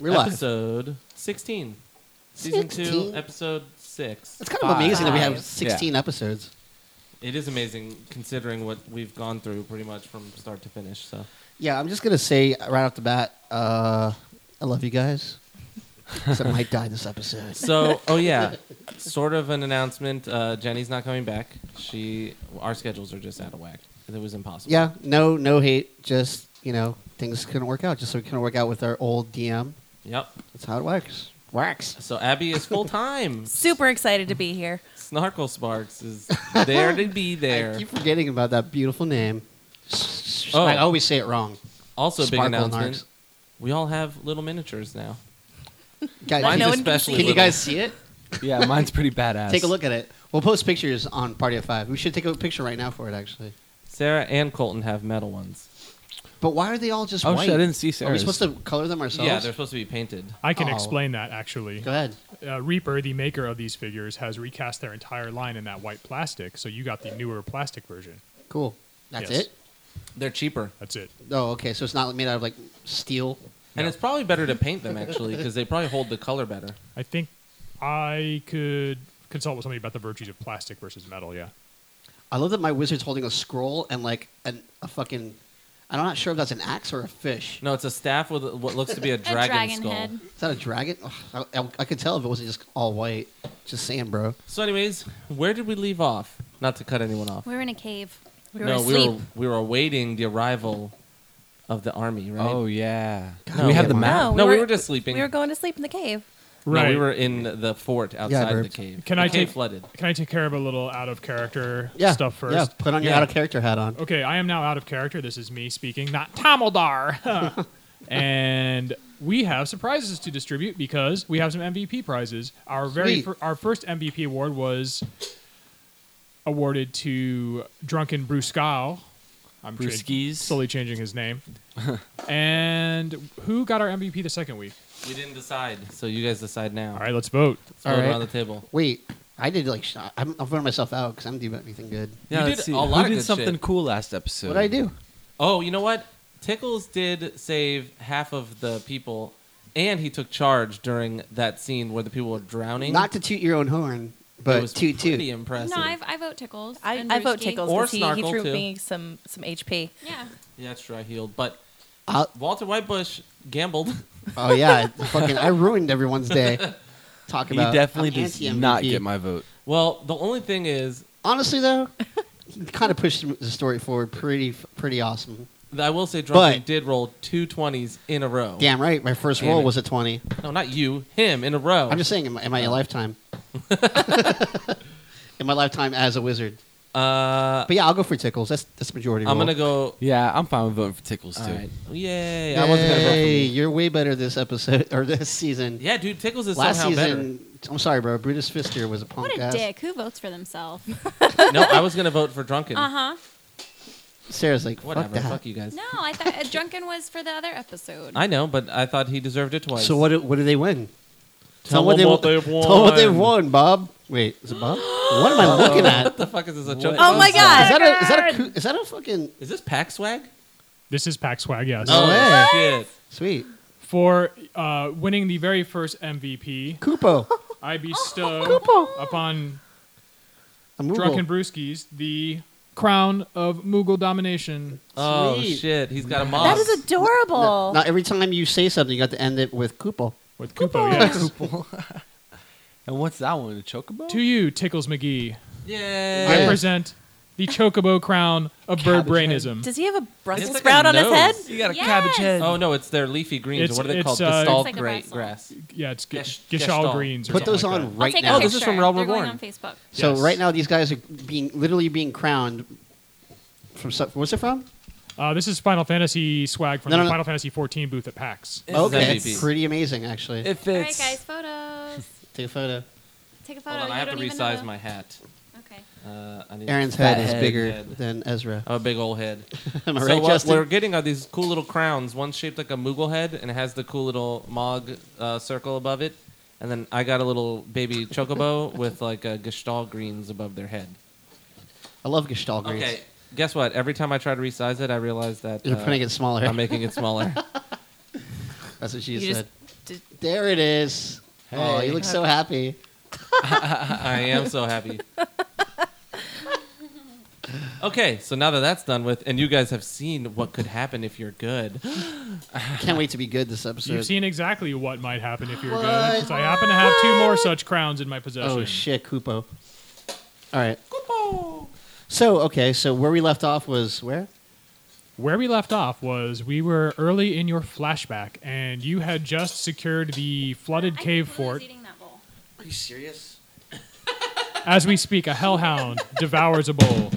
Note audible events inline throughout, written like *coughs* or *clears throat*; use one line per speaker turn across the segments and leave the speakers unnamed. episode 16. Season 2,
16?
episode 6.
It's kind of
Five.
amazing that we have
Five.
16 episodes.
It is amazing considering what we've gone through pretty much from start to finish. So
Yeah, I'm just gonna say right off the bat, uh, I love you guys. *laughs* Except Mike died this episode.
So,
*laughs*
oh yeah, sort of an announcement. Uh, Jenny's not coming back. She, our schedules are just out of whack. It was impossible.
Yeah, no, no hate. Just you know, things couldn't work out. Just so we couldn't work out with our old DM.
Yep.
That's how it works. Works.
So Abby is
*laughs*
full time.
Super excited to be here.
Snarkle Sparks is there to be there.
I keep forgetting about that beautiful name.
Oh.
I always say it wrong.
Also, big
Sparkle
announcement.
Narcs.
We all have little miniatures now.
Guys,
That
Mine's
no
can,
one can
especially
see.
you
little.
guys see it?
Yeah,
Mine's pretty badass.
Take a look at it. We'll post pictures on Party of Five. We should take a picture right now for it, actually.
Sarah and Colton have metal ones.
But why are they all just
Oh
white?
shit! I didn't see
Are
Sarah.
we supposed to color them ourselves?
Yeah, they're supposed to be painted.
I can
Oh.
explain that actually.
Go ahead.
Uh, Reaper, the maker of these figures, has recast their entire line in that white plastic, so you got the newer plastic version.
Cool. That's
Yes.
it.
They're cheaper.
That's it.
Oh, okay. So it's not made out of like steel.
And it's probably better to paint them actually because they probably hold the color better.
I think I could consult with somebody about the virtues of plastic versus metal. Yeah,
I love that my wizard's holding a scroll and like an, a fucking. I'm not sure if that's an axe or a fish.
No, it's a staff with what looks to be a dragon, skull.
head.
Is that a dragon? Ugh, I, I, I could tell if it wasn't just all white. Just saying, bro.
So, anyways, where did we leave off? Not to cut anyone off.
We were in a cave.
We were
no, we
asleep.
were we were awaiting the arrival of the army, right?
Oh yeah.
No,
Do we have the
yeah.
map?
no, we were just sleeping.
We were going to sleep in the cave.
No, we were in the fort outside the
Burbs.
cave.
Can
the
I
cave
take-
flooded?
Can I take care of a little out of character
Yeah.
stuff first?
Yeah. Put on your
Yeah.
out of character hat on.
Okay, I am now out of character. This is me speaking, not Tomaldar. and we have surprises to distribute because we have some MVP prizes. Our very
Sweet.
fir- our first MVP award was awarded to drunken Bruscal. I'm tra-
Brewskis.
slowly changing his name. and who got our MVP the second week?
We didn't decide, so you guys decide now.
All right, let's vote.
Let's vote
All right.
around the table.
Wait. I did like. sh- I'm, I'm voting myself out because I didn't do anything good.
Yeah,
You
let's
did
see.
a lot
Who
of
did
good
something
shit.
cool last episode?
What would I do?
Oh, you know what? Tickles did save half of the people, and he took charge during that scene where the people were drowning.
Not to toot your own horn,
it
but
was
toot toot.
pretty impressive.
No, I've, I vote tickles.
I,
and
I vote
Brewski.
Tickles
Or
because he, he
Snarkle,
threw
too.
me some, some HP.
Yeah.
Yeah, that's true. I healed, but
I'll-
Walter Whitebush gambled. *laughs*
oh yeah, fucking! I ruined everyone's day. Talk
He
about.
definitely
I'm
does
anti-MVP.
not get my vote.
well, the only thing is,
Honestly though, he kind of pushed the story forward. Pretty f- pretty awesome.
that I will say, Drunken
But-
did roll two twenties in a row.
Damn right. My first
Damn
roll
it.
was a twenty.
No, not you, him in a row.
I'm just saying, in my, in
Oh.
my
*laughs*
lifetime, in my lifetime as a wizard.
Uh,
But yeah, I'll go for tickles. That's that's majority.
I'm
rule.
gonna go.
Yeah, I'm fine with voting for Tickles too.
All right. Yay! I wasn't gonna vote for
Hey,
you.
you're way better this episode or this season.
Yeah, dude, Tickles is
Last
somehow
season, I'm sorry, bro. Brutus Fister was a
Oh,
punk
What a
ass.
dick. Who votes for themselves? *laughs*
better. no, I was gonna vote for Drunken.
uh huh.
Sarah's like,
Whatever.
fuck that.
you guys.
No, I thought uh, Drunken was for the other episode.
I know, but I thought he deserved it twice.
So what? Do, what do they win?
Tell
them
them
they
what
won-
they've won.
*laughs* Tell them what they've won, Bob. Wait, is it Bob? what am I looking
*laughs*
at?
What the fuck is this? A joke?
Oh my god!
Is that a is that a coo- is that a fucking
Is this pack swag?
This is Pack Swag, yes.
No
Oh,
way.
shit!
sweet
For uh, winning the very first MVP,
Kupo?
I bestow upon
I'm
Drunken Brewskis, the crown of Mughal domination.
Oh
Sweet.
shit! He's got a
That
mob.
is adorable.
Now every time you say something, you got to end it with Kupo.
With Kupo, yes.
And what's that one? A chocobo?
to you, Tickles McGee,
Yay!
I
Yeah.
present the Chocobo crown of bird brainism.
Does he have a Brussels
It's like a
sprout on his
nose.
head?
You got a
Yes!
cabbage head.
Oh no, it's their leafy greens.
It's-
or what are they
it's,
called?
uh,
Gestalt
It's like a
gra-
pretzel.
grass.
Yeah, it's G-
Gesh-
Geshal
Gestalt.
Greens. Or
Put those
something like
on
that.
I'll
right
take
now.
a
Oh, this is
picture.
from Realm
They're going
Reborn.
on Facebook.
So
Yes.
right now, these guys are being literally being crowned from so- where's it from?
Uh, this is Final Fantasy swag from
No,
the
no, no.
Final Fantasy 14 booth at PAX.
This is
okay,
MVP.
it's pretty amazing actually.
It
All
fits.
right, guys, photos.
Take a photo.
Take a photo.
Hold on,
You
I have to
don't even know
resize
the-
my hat.
Okay.
Uh, I need
Aaron's
fat
head is bigger
head.
than Ezra.
I'm a big old head.
*laughs* Am I
so
right,
what
Justin?
we're getting are these cool little crowns. One's shaped like a Moogle head and it has the cool little Mog uh, circle above it. And then I got a little baby chocobo with like a Gestalt greens above their head.
I love Gestalt greens.
Okay, guess what? Every time I try to resize it, I realize that
You're
uh,
putting it smaller. *laughs*
I'm making it smaller.
That's what she
You just
said.
Did,
There it is. Oh,
Hey.
you look so happy.
*laughs* I am so happy. Okay, so now that that's done with, and you guys have seen what could happen if you're good. *laughs*
Can't wait to be good this episode.
You've seen exactly what might happen if you're good.
What?
Because I happen to have two more such crowns in my possession.
oh shit, Kupo. All right. Kupo. So okay, so where we left off was where?
Where we left off was we were early in your flashback, and you had just secured the flooded
I
cave
completely was
fort.
eating that bowl.
Are you serious?
As we speak, a *laughs* hellhound devours a bowl.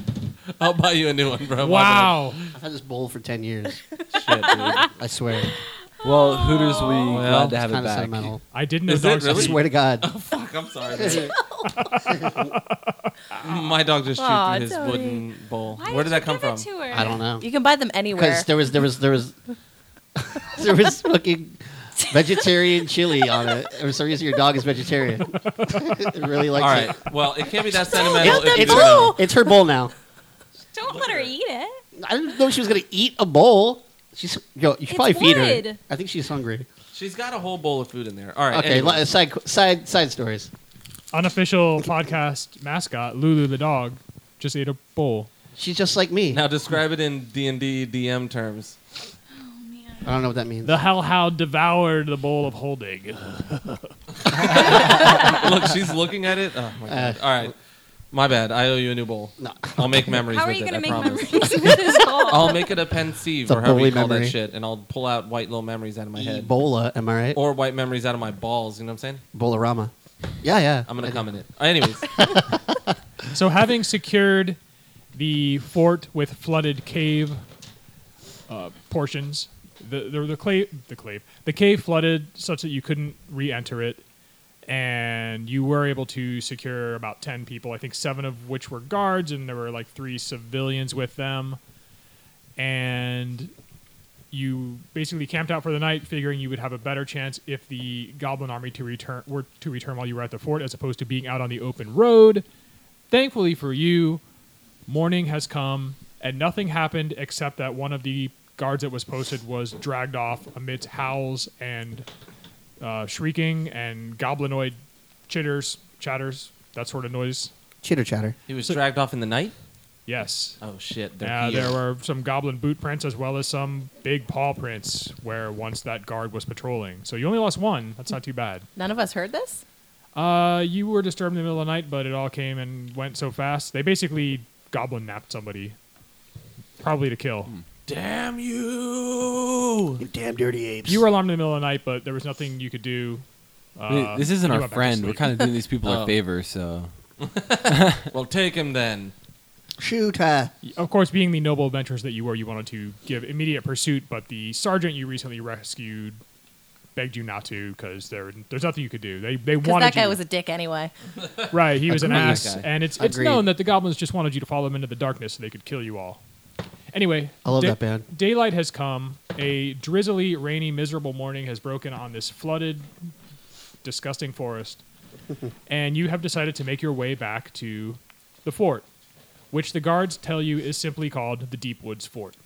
I'll buy you a new one, bro.
Wow.
I've had this bowl for ten years.
Shit,
*laughs*
dude.
I *laughs* swear.
Well, Hooters, we glad to have
Kind
it
of
back.
sentimental.
I didn't know
Is it
dogs
I
really?
eat.
swear to God.
Oh, fuck, I'm sorry. man.
I
*laughs* My dog just chewed
Aw,
through his
Tony.
wooden bowl.
Why
Where
did
did
you
that come
give
from?
it to her?
don't know.
you can buy them anywhere.
Because there was there was there was *laughs* there was fucking vegetarian chili on it. For some reason, your dog is vegetarian. *laughs* it really likes
All right.
it.
Well, it can't be that
It's
sentimental.
the
if you
It's
don't
her,
know.
it's her bowl now.
Don't let her eat it.
I didn't know she was gonna eat a bowl. She's yo. You should
It's
probably feed her.
wood.
I think she's hungry.
She's got a whole bowl of food in there. All right.
Okay,
anyway.
li- side side side stories.
Unofficial podcast mascot, Lulu the dog, just ate a bowl.
She's just like me.
now describe it in D and D DM terms.
Oh man.
I don't know what that means.
The hellhound devoured the bowl of holding.
Look, she's looking at it. Oh my god. All right. My bad. I owe you a new bowl.
Uh, No.
I'll make memories
How are
with
you
it.
gonna
I
make
promise. *laughs*
memories with this bowl?
I'll make it a pensieve
a
or however
bully
you call
memory.
that shit, and I'll pull out white little memories out of my head,
Ebola, am I right?
or white memories out of my balls. You know what I'm saying?
Bolarama. Yeah, yeah.
I'm gonna come in it.
*laughs*
Anyways,
So, having secured the fort with flooded cave uh, portions, the the the, cla- the cave the cave flooded such that you couldn't re-enter it, and you were able to secure about ten people. I think seven of which were guards, and there were like three civilians with them, and. You basically camped out for the night, figuring you would have a better chance if the goblin army to return were to return while you were at the fort, as opposed to being out on the open road. Thankfully for you, morning has come and nothing happened except that one of the guards that was posted was dragged off amidst howls and uh, shrieking and goblinoid chitters, chatters, that sort of noise.
Chitter chatter.
he was dragged off in the night.
Yes.
Oh shit! They're
Uh,
here.
there were some goblin boot prints as well as some big paw prints where once that guard was patrolling. So you only lost one. That's not too bad.
None of us heard this.
Uh, you were disturbed in the middle of the night, but it all came and went so fast. They basically goblin napped somebody, probably to kill.
Damn you!
Hmm. You damn dirty apes.
You were alarmed in the middle of the night, but there was nothing you could do. Uh,
Wait, this isn't
you
our
went back to
friend. We're
sleep.
kind of doing these people
Oh.
a favor, so
Well, take him then.
shoot her.
of course, being the noble adventurers that you were, you wanted to give immediate pursuit, but the sergeant you recently rescued begged you not to because there, there's nothing you could do. They, they
Because
wanted
that guy
you.
was a dick anyway.
right, he was an
Agreed.
ass,
That guy.
and it's it's
Agreed.
known that the goblins just wanted you to follow them into the darkness so they could kill you all. Anyway,
I love that band.
Daylight has come. A drizzly, rainy, miserable morning has broken on this flooded,
*laughs*
disgusting forest, and you have decided to make your way back to the fort, which the guards tell you is simply called the Deep Woods Fort
Oh,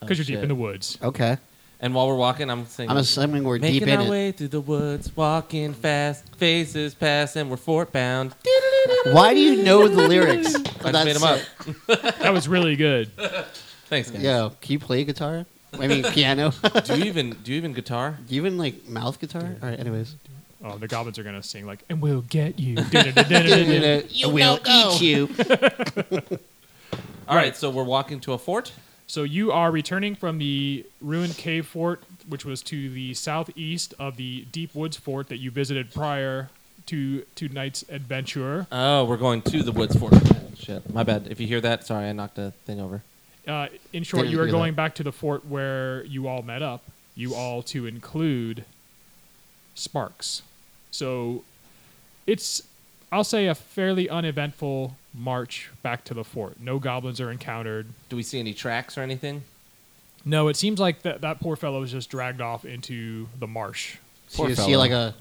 because you're deep
shit.
in the woods.
Okay.
And while we're walking, I'm singing.
I'm assuming we're
Making
deep in
our
it.
way through the woods, walking fast, faces passing, we're fort bound.
Why do you know the
*laughs*
lyrics?
I just made 'em up.
That was
*laughs*
really good.
Thanks, guys.
Yo, can you play guitar? I
*laughs*
mean, piano. *laughs*
Do you even do you even guitar?
Do you even like mouth guitar? All right. Anyways,
Oh, the goblins are gonna sing like, "And we'll
*laughs*
get you."
you will eat you.
All right, so we're walking to a fort.
So you are returning from the ruined cave fort, which was to the southeast of the Deep Woods Fort that you visited prior to tonight's adventure.
Oh, we're going to the woods fort. Shit, my bad. If you hear that, sorry, I knocked a thing over.
Uh, in short,
Didn't
you are
hear
going
that.
back to the fort where you all met up. You all to include Sparks. So it's, I'll say, a fairly uneventful march back to the fort. No goblins are encountered.
Do we see any tracks or anything?
No, it seems like that, that poor fellow was just dragged off into the marsh.
So you see like a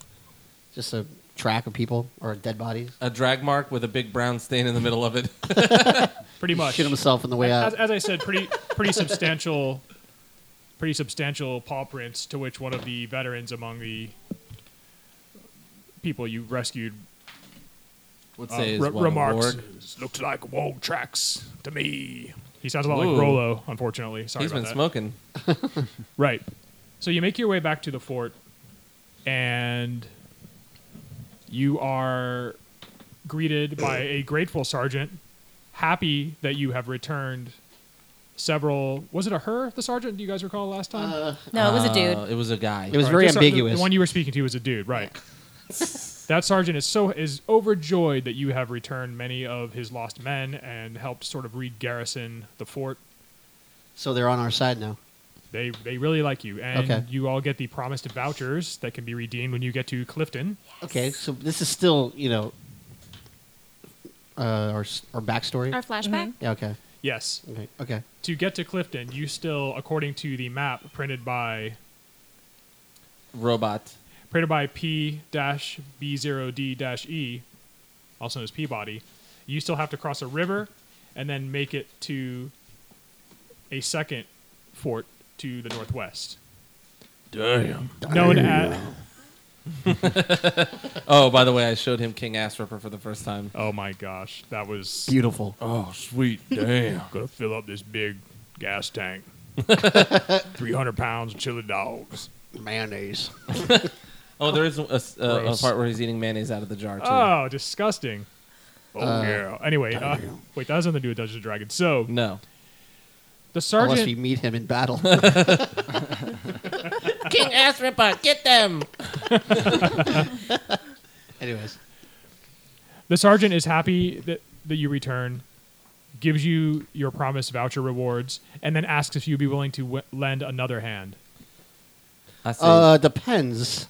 just a track of people or dead bodies.
A drag mark with a big brown stain in the middle of it.
Pretty
He
much.
Shit himself on the way
as,
out.
as I said, pretty pretty substantial, pretty substantial paw prints to which one of the veterans among the people you rescued
*laughs* Let's
uh,
say is
re-
what, a
remarks.
warg?
Looks like wall tracks to me. He sounds a lot
Ooh.
like Rolo, unfortunately. Sorry
He's
about
been
that.
smoking.
Right. So you make your way back to the fort, and you are greeted by a grateful sergeant, happy that you have returned. Several was it a her the sergeant? Do you guys recall last time?
No, it was a dude.
Uh, it was a guy.
It was
Right,
very
the ser- the-
ambiguous.
The one you were speaking to was a dude, right? *laughs* that sergeant is so is overjoyed that you have returned many of his lost men and helped sort of re-garrison the fort.
so they're on our side now.
They they really like you, and
Okay.
you all get the promised vouchers that can be redeemed when you get to Clifton.
Okay, so this is still you know uh, our s- our backstory.
Our flashback.
yeah. Okay.
Yes,
Okay. Okay.
to get to Clifton, you still, according to the map printed by
*laughs* Robot.
printed by P-B0D-E, E, also known as Peabody, you still have to cross a river and then make it to a second fort to the northwest,
Damn.
known as.
Oh, by the way, I showed him King Ass Ripper for the first time.
Oh my gosh, that was
Beautiful.
Oh,
*laughs*
sweet. Damn.
gonna fill up this big gas tank. Three hundred pounds of chili dogs.
Mayonnaise.
Oh, there is a, s- a- a
Gross.
part where he's eating mayonnaise out of the jar too.
Oh, disgusting. Oh yeah. Anyway, uh, wait, that has nothing to do with Dungeons and Dragons. So
no,
the
Unless we
sergeant,
meet him in
*laughs*
battle.
King Ass Ripper, get them.
Anyways,
the sergeant is happy that that you return, gives you your promised voucher rewards, and then asks if you'd be willing to w- lend another hand.
I say,
uh, depends.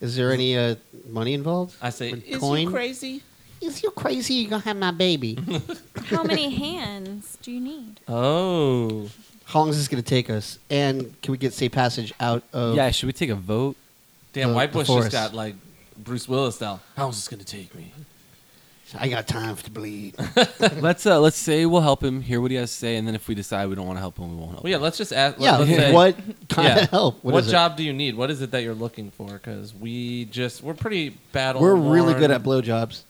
Is there any uh, money involved?
I say,
Or
is
coin?
you crazy?
Is you crazy? You gonna have my
*laughs*
baby?
How many hands do you need?
Oh,
How long is this gonna take us? And can we get safe passage out of?
Yeah, should we take a
*laughs*
vote?
damn,
The-
White
the
Bush
forest.
just got like Bruce Willis style. How's this gonna take me?
I got time to
*laughs*
bleed.
let's uh, let's say we'll help him, hear what he has to say, and then if we decide we don't want to help him, we won't help.
Well, yeah,
him.
let's just ask.
yeah. *laughs*
let's say,
What kind
yeah.
of help?
What,
is it?
job do you need? What is it that you're looking for? Because we just we're pretty battle.
We're really
worn.
good at blowjobs.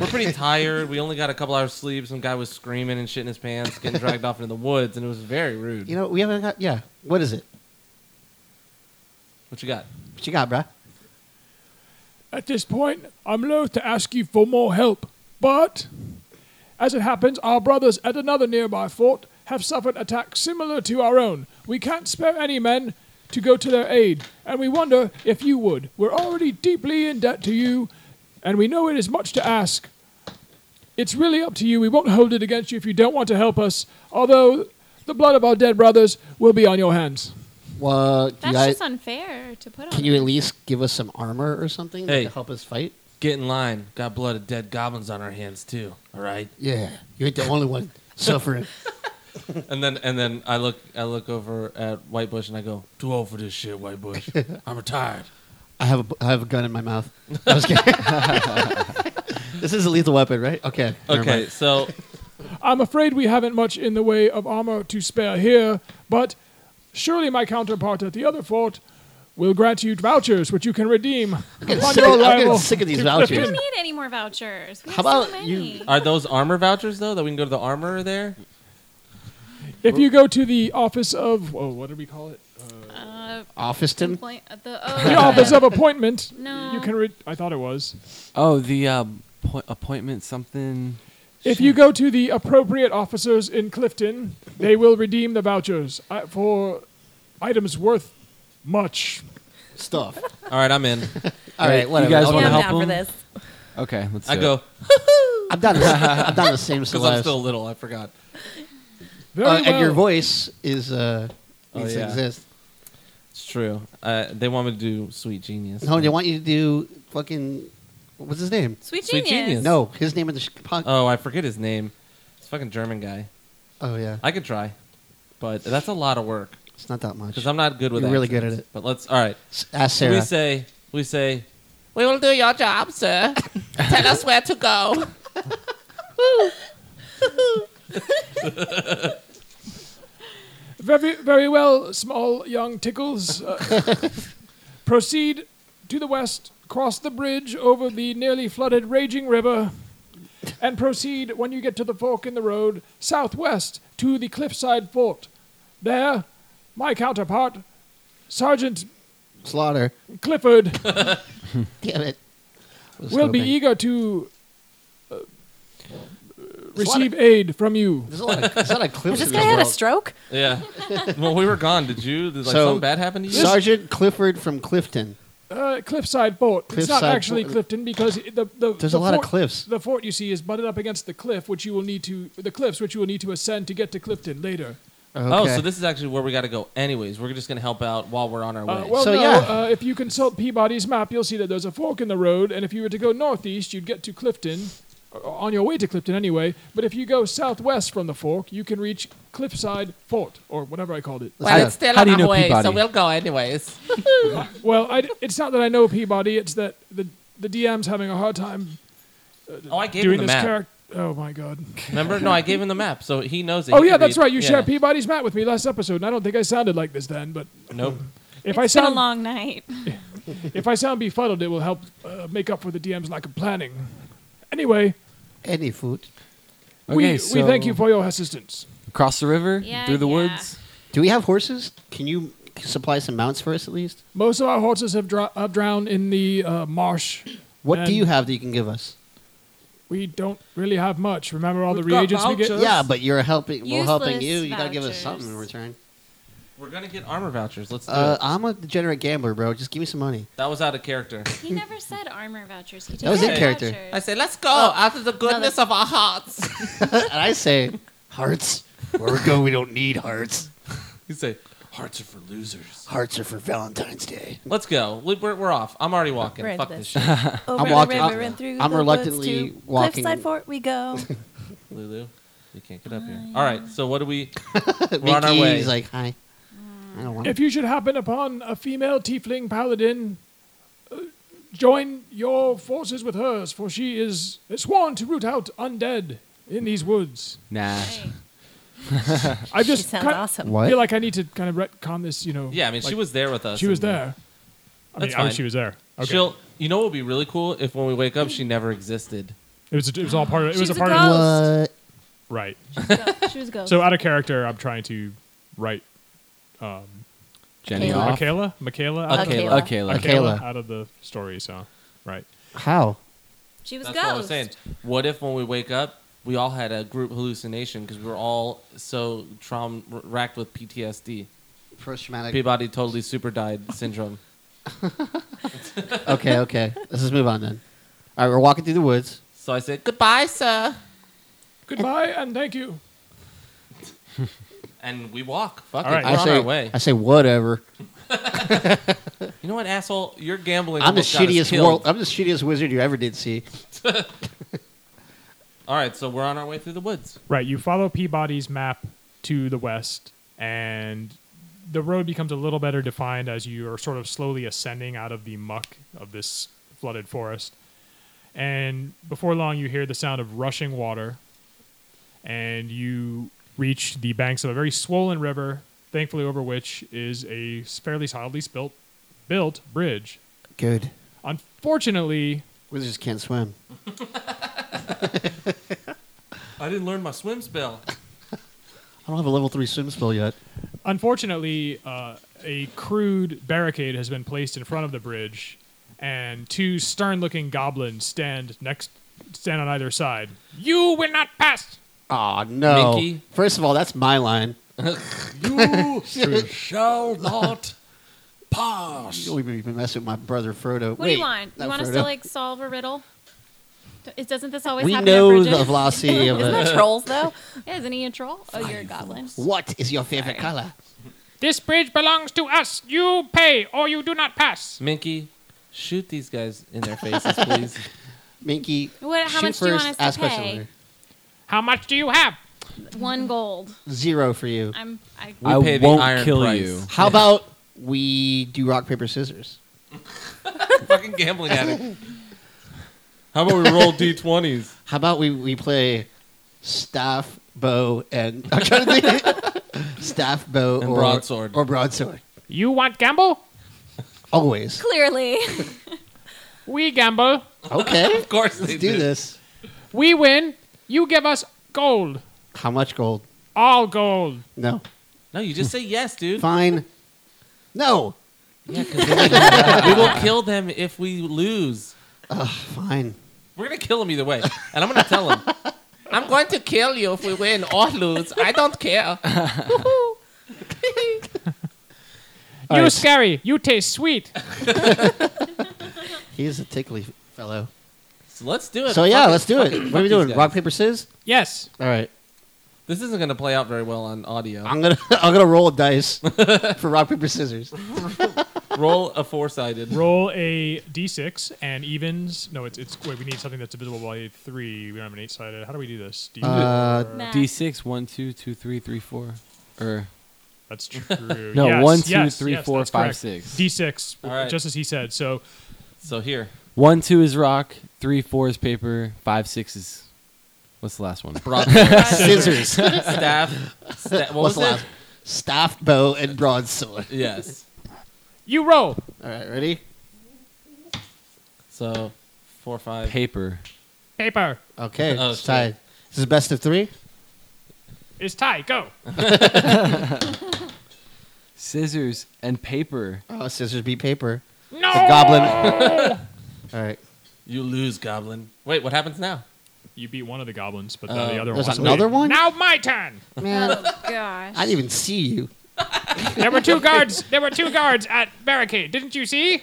We're pretty tired. We only got a couple hours sleep. Some guy was screaming and shit in his pants, getting dragged off into the woods, and it was very rude.
You know, we haven't got. Yeah. What is it?
what you got?
What you got, bruh?
At this point, I'm loath to ask you for more help, but as it happens, our brothers at another nearby fort have suffered attacks similar to our own. We can't spare any men to go to their aid, and we wonder if you would. We're already deeply in debt to you, and we know it is much to ask. It's really up to you. We won't hold it against you if you don't want to help us, although the blood of our dead brothers will be on your hands.
Well, do you
That's
guys,
just unfair to put on.
can you at least give us some armor or something
Hey.
to help us fight?
Get in line. Got blood of dead goblins on our hands too. All right.
Yeah, you ain't the only one suffering.
And then and then I look I look over at White Bush and I go, too old for this shit,
*laughs*
White Bush. I'm retired.
I have a, b- I have a gun in my mouth. *laughs* I was kidding. this is a lethal weapon, right? Okay. never
Okay,
mind.
so
I'm afraid we haven't much in the way of armor to spare here, but surely my counterpart at the other fort will grant you vouchers which you can redeem
getting
upon
sick
your
of- I'm getting
arrival
sick of these
to
vouchers.
We
Clifton.
don't need any more vouchers. We
How
have so
about you-
many.
are those armor vouchers though that we can go to the armor there?
If you go to the office of oh, what did we call
*laughs*
it?
Uh,
Office Tim.
complaint
*laughs*
at the, Oh,
The office of appointment.
No.
you can. Re- I thought it was.
Oh, the uh, po- appointment something.
If you go to the appropriate officers in Clifton, they will redeem the vouchers uh, for items worth much.
*laughs*
Stuff.
All right, I'm *laughs* in.
All right, whatever.
guys
I'll
wanna
I'm
go.
help
down for
him?
this.
Okay, let's.
I
do
go
I've *laughs* done. I've done the
*laughs*
same
because I'm
survive.
still little. I forgot.
Very
Uh, and your
well.
voice is uh,
Oh,
needs
yeah.
to exist.
It's true. Uh, they want me to do Sweet Genius.
No, they want you to do fucking. What's his name?
Sweet
Sweet
genius.
Genius.
No, his name in the sh- pod- oh.
Oh, I forget his name. It's a fucking German guy.
yeah,
I could try, but that's a lot of work
it's not that much.
because I'm not good with.
You're really
accents.
good at it.
But let's. All right.
S- Ask Sarah.
We say. We say.
We will do your job, sir.
*laughs*
Tell us where to go.
Very, very well, small young tickles. Uh, proceed to the west, cross the bridge over the nearly flooded raging river, and proceed when you get to the fork in the road southwest to the cliffside fort. There, my counterpart, Sergeant
Slaughter.
Clifford,
Damn it. Was
will be
hoping.
eager to uh, receive aid from you.
There's a lot of, there's a lot of
Was
cliffs
this
in
guy
this
had a
world.
stroke?
*laughs* Yeah. well, we were gone. Did you? Did like
So-
something bad happen to you?
Sergeant Clifford from Clifton.
Uh, cliffside fort. it's not
Cliffside
actually
fort.
Clifton because it- the, the
There's a
the
lot of
fort-
cliffs.
The fort you see is butted up against the cliff, which you will need to the cliffs, which you will need to ascend to get to Clifton later.
Oh,
Okay.
so this is actually where we got to go. Anyways, we're just gonna help out while we're on our way.
Uh, well,
So,
no,
yeah.
uh, if you consult Peabody's map, you'll see that there's a fork in the road, and if you were to go northeast, you'd get to Clifton, uh, on your way to Clifton anyway. But if you go southwest from the fork, you can reach Cliffside Fort, or whatever I
*laughs*
called it.
Well, it's still
How
on
do you
our
know
way, so
Peabody?
we'll go anyways.
Well, I d it's not that I know Peabody; it's that the the DM's having a hard time
oh, I gave him
doing
the
this
map.
character. Oh my god.
Remember? No, I gave him the map, so he knows it.
Oh
He
yeah,
can
that's
read-
right. You
yeah.
shared Peabody's mat with me last episode, and I don't think I sounded like this then. But
Nope.
if
It's
I
been
sound
a long night.
if I sound befuddled, it will help uh, make up for the DM's lack of planning. Anyway,
Any food.
Okay,
we,
so
we thank you for your assistance.
cross the river
Yeah,
through the
yeah.
woods.
Do we have horses? Can you supply some mounts for us at least?
Most of our horses have, dro- have drowned in the uh, marsh.
What do
And-
you have that you can give us?
We don't really have much. Remember all the
We've got
reagents we get?
vouchers.
Yeah, but you're helping. We're helping
Useless
you. You gotta give us something in
vouchers.
return.
We're gonna get armor vouchers. Let's do
Uh,
it.
I'm a degenerate gambler, bro. Just give me some money. *laughs*
that was out of character.
He never said armor vouchers. He just
That was
said
in
character.
vouchers.
I say, let's go
Oh,
out of the goodness of
*laughs*
our hearts.
and I say, hearts. Where we go, we don't need hearts.
You say hearts are for losers.
Hearts are for Valentine's Day.
Let's go. We- We're, we're off. I'm already walking.
We're into
Fuck this
this.
shit,
Over
I'm
the
walking-
river
I'm-
and through
I'm
the
reluclifly
woods to
walking-
Cliffside Fort we
*laughs*
go.
Lulu. You can't get up here. All right. So what do we?
Mickey's
We're on our way.
like, hi. I don't want.
If you should happen upon a female tiefling paladin, uh, join your forces with hers, for she is sworn to root out undead in these woods.
Nah.
Hey,
I just
She sounds
kind-
awesome.
What?
feel like I need to kind of retcon this, you know.
Yeah, I mean, she
like,
was there with us.
She was
and-
there. I
That's
mean, I wish
fine.
she was there. Okay.
She'll. You know what would be really cool if when we wake up she never existed.
it was. It was all part of. It was
She's
a
a
part of.
ghost.
What?
Right.
She was ghost.
So out of character, I'm trying to write
Jenny
Uh,
Kayla.
off.
Michaela. Michaela.
Uh,
Out,
Okay.
Akela.
Uh, Kayla.
Okay.
Michaela
Kayla.
out of the story. So right.
How?
she was
That's
ghost.
what I was saying. What if when we wake up we all had a group hallucination because we were all so traum racked with PTSD.
Post traumatic.
Peabody totally super died syndrome.
*laughs* okay, okay. Let's just move on then. All right, we're walking through the woods.
So I said, "Good,"
Goodbye, sir.
Goodbye and thank you.
and we walk. Fuck
All
it,
right.
we're
I
on
say,
our way.
I say, whatever.
You know what, asshole? You're gambling.
I'm the
almost got us
shittiest
killed.
world. I'm the shittiest wizard you ever did see.
All right, so we're on our way through the woods.
Right. You follow Peabody's map to the west, and the road becomes a little better defined as you are sort of slowly ascending out of the muck of this flooded forest. And before long, you hear the sound of rushing water, and you reach the banks of a very swollen river, thankfully over which is a fairly solidly built, built bridge.
Good.
Unfortunately,
Wizards can't swim.
I didn't learn my
*laughs*
swim spell.
I don't have a level three swim spell yet.
Unfortunately, uh, a crude barricade has been placed in front of the bridge, and two stern-looking goblins stand next, stand on either side. You will not pass.
Oh no!
Mickey?
First of all, that's my line.
You shall not pass.
You'll even messing with my brother Frodo.
What do you want? You want us to like solve a riddle? D- It doesn't this always
We
happen?
know
at
the
bridges? *laughs*
velocity of
Isn't that
a.
trolls though?
Yeah, isn't he a troll? Oh, you're a goblin.
What is your favorite color?
This bridge belongs to us. You pay, or you do not pass.
Minky, shoot these guys in
*laughs*
their faces, please.
Minky.
What- how
shoot
much
first,
do you want us to
ask question
pay?
later.
How much do you have?
One gold.
Zero for you.
I'm. I,
We
I
pay the
won't
iron
kill
price.
you.
How about we do rock paper scissors?
Fucking gambling addict. How about we roll d20s?
How about we, we play staff, bow, and I'm trying to think. *laughs* staff bow
And
or
broadsword.
or broadsword.
You want gamble?
Always. *laughs*
Clearly.
Oh,
We gamble.
Okay.
*laughs* Of course they
Let's do this.
We win. You give us gold.
How much gold?
All gold.
No.
No, you just say yes, dude.
Fine. No.
Yeah, 'cause
*laughs*
we- we will kill them if we lose.
Fine.
We're gonna kill them either way, and I'm gonna tell them.
I'm going to kill you if we win or lose. I don't care.
you scary. You taste sweet.
He's a tickly fellow.
So let's do it.
So yeah,
Fuck
let's do
fuck
it.
fuck
What are we
these
doing?
guys.
Rock paper scissors.
Yes.
All right.
This isn't gonna play out very well on audio.
I'm gonna *laughs* I'm gonna roll a dice for rock paper scissors.
Roll a four-sided.
Roll a d6 and evens. No, it's it's. Wait, we need something that's divisible by three. We don't have an eight-sided. How do we do this? D-
Uh,
Math.
D6, 1, 2, 2, 3, 3, 4. Or
that's true.
No,
yes,
one, two,
yes,
three,
yes,
four,
that's
five,
correct.
six.
D6,
All right.
just as he said. So
So here,
1, 2 is rock, 3, 4 is paper, 5, 6 is. What's the last *laughs* one?
broadsword,
scissors. *laughs*
staff. sta-
What's
what was
the
it?
last? Staff, bow, and broadsword.
Yes.
you roll.
All right, ready?
So four, five.
Paper.
Paper.
Okay,
Oh,
it's
shit.
tied. This is best of three.
It's tie.
*laughs*
Go.
Scissors and paper.
Oh, scissors beat paper.
No.
The goblin. *laughs* All right.
You lose, goblin. Wait, what happens now?
You beat one of the goblins, but
Uh,
the, the other one.
There's another one.
Now my turn.
Man,
Gosh.
I didn't even see you.
There were two guards. There were two guards at barricade. Didn't you see?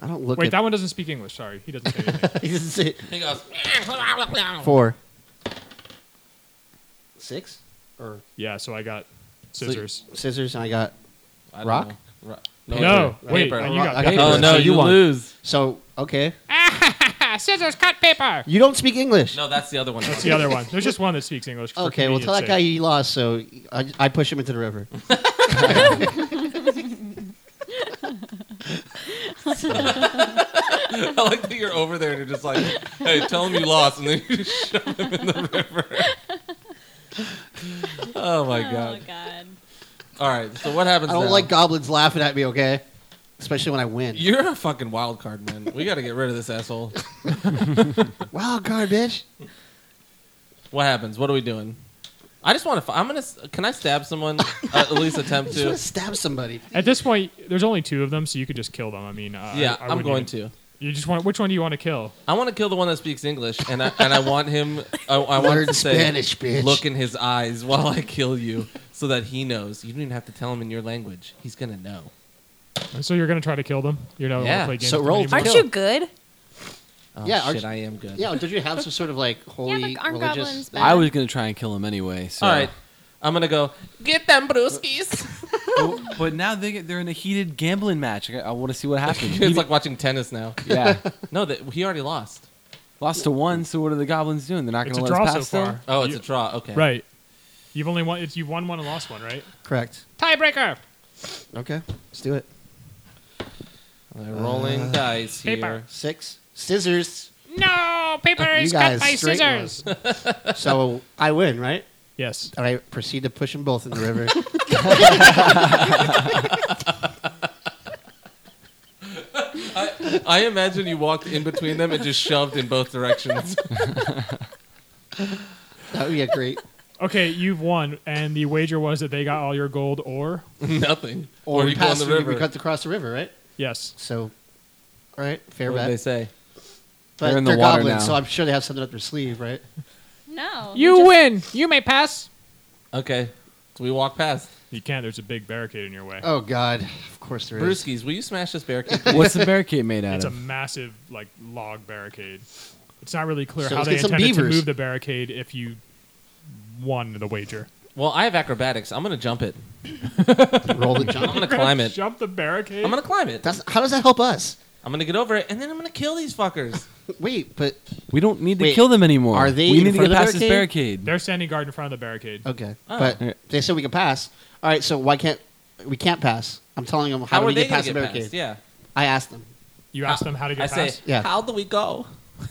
I don't look
Wait,
at.
that one doesn't speak English. Sorry, he doesn't say
*laughs*
anything.
He doesn't say
He goes.
Oh.
four. Six or
yeah, so I got scissors.
scissors, and I got
I don't
Rock?
know. Ro-
no,
paper.
wait,
Paper.
and you got
I got
Oh
paper,
no,
so
you,
won.
lose.
So okay,
Ah, scissors cut paper.
you don't speak English.
No, that's the other
*laughs*
one.
That's the other one. There's just one that speaks English. for
Okay, well tell that guy
convenience
he lost. So I, I push him into the
*laughs*
river.
*laughs* I like that you're over there and you're just like, hey, tell him you lost, and then you just *laughs* shove him in the river. *laughs* oh my
Oh,
god!
God.
All right, so what happens?
I don't
now?
like goblins laughing at me. Okay, especially when I win.
You're a fucking wild card, man. We got to get rid of this asshole.
Wild card,
*laughs*
bitch.
What happens? What are we doing? I just want to. Fi- I'm gonna. s- Can I stab
*laughs*
someone? Uh, at least attempt
Just want
to.
to stab somebody.
sake. At this point, there's only two of them, so you could just kill them. I mean, uh,
Yeah,
I, I
I'm
wouldn't
going
even-
to.
You just want which one do you want to kill?
I want to kill the one that speaks English, and I and I want him. I, I want
Learn
to say,
Spanish, bitch.
look in his eyes while I kill you, so that he knows. You don't even have to tell him in your language. He's gonna know.
So you're gonna try to kill them. You know,
Yeah,
play games
so
with them
roll
anymore.
Aren't
Aren't
Kill. you
you good?
Oh,
Yeah, aren't
shit,
you-
I am good.
Yeah, don't you have some sort of like holy
yeah, but aren't
religious?
goblins bad?
I was going to try and kill him anyway. So.
All right, I'm gonna go. *laughs*
Get them brewskis.
Oh, but now they get, they're in a heated gambling match. I, I want to see what *laughs* happens.
It's like watching tennis now.
*laughs* yeah.
No, that he already lost.
Lost to one, so what are the goblins doing? They're not
It's
going
a
to let us
draw so
pass them?
far.
Oh, it's
You-
a draw. Okay.
Right. You've only won. It's, you've won one and lost one, right?
Correct.
*laughs* Tiebreaker.
Okay, let's do it.
They're rolling dice here.
Uh, paper.
Six scissors.
No, paper
You
is
guys
cut by
straight
scissors.
so I win, right?
Yes.
And I proceed to push them both in the
*laughs*
river.
I imagine you walked in between them and just shoved in both directions. *laughs*
that would be a
*laughs*
great
Okay, you've won, and the wager was that they got all your gold ore.
Nothing.
Or we
you go on
pass
the
through-
river.
We cut across the river, right?
Yes.
So, all right, fair
What did they
bet.
say?
But
They're
they're,
in the water
goblins,
now.
so I'm sure they have something up their sleeve, right?
No.
win. You may pass.
Okay, so we walk past.
You can't. There's a big barricade in your way.
*laughs* Oh God, of course there is.
Brewskis, will you smash this barricade?
What's *laughs* the barricade made out
It's a
of?
massive like log barricade. It's not really clear
So
how
let's
they
get some
intended to
beavers.
move the barricade if you won the wager.
well, I have acrobatics. I'm gonna jump it.
Roll *laughs* the
I'm
jump.
gonna climb it.
Jump the barricade.
I'm gonna climb it.
That's, how does that help us?
I'm gonna get over it, and then I'm gonna kill these fuckers.
Wait, but
We don't need to
Wait,
kill them anymore.
are they
We
in
need to
front
get
of the
past this barricade.
They're standing guard in front of the barricade.
okay,
Oh.
but they said we can pass. All right, so why can't we can't pass? I'm telling them how,
How,
do
are
we
they
get
gonna
past the
get
barricade?
past? Yeah.
I asked them.
You asked them how to
I
get
say,
past.
Yeah.
how do we go? *laughs*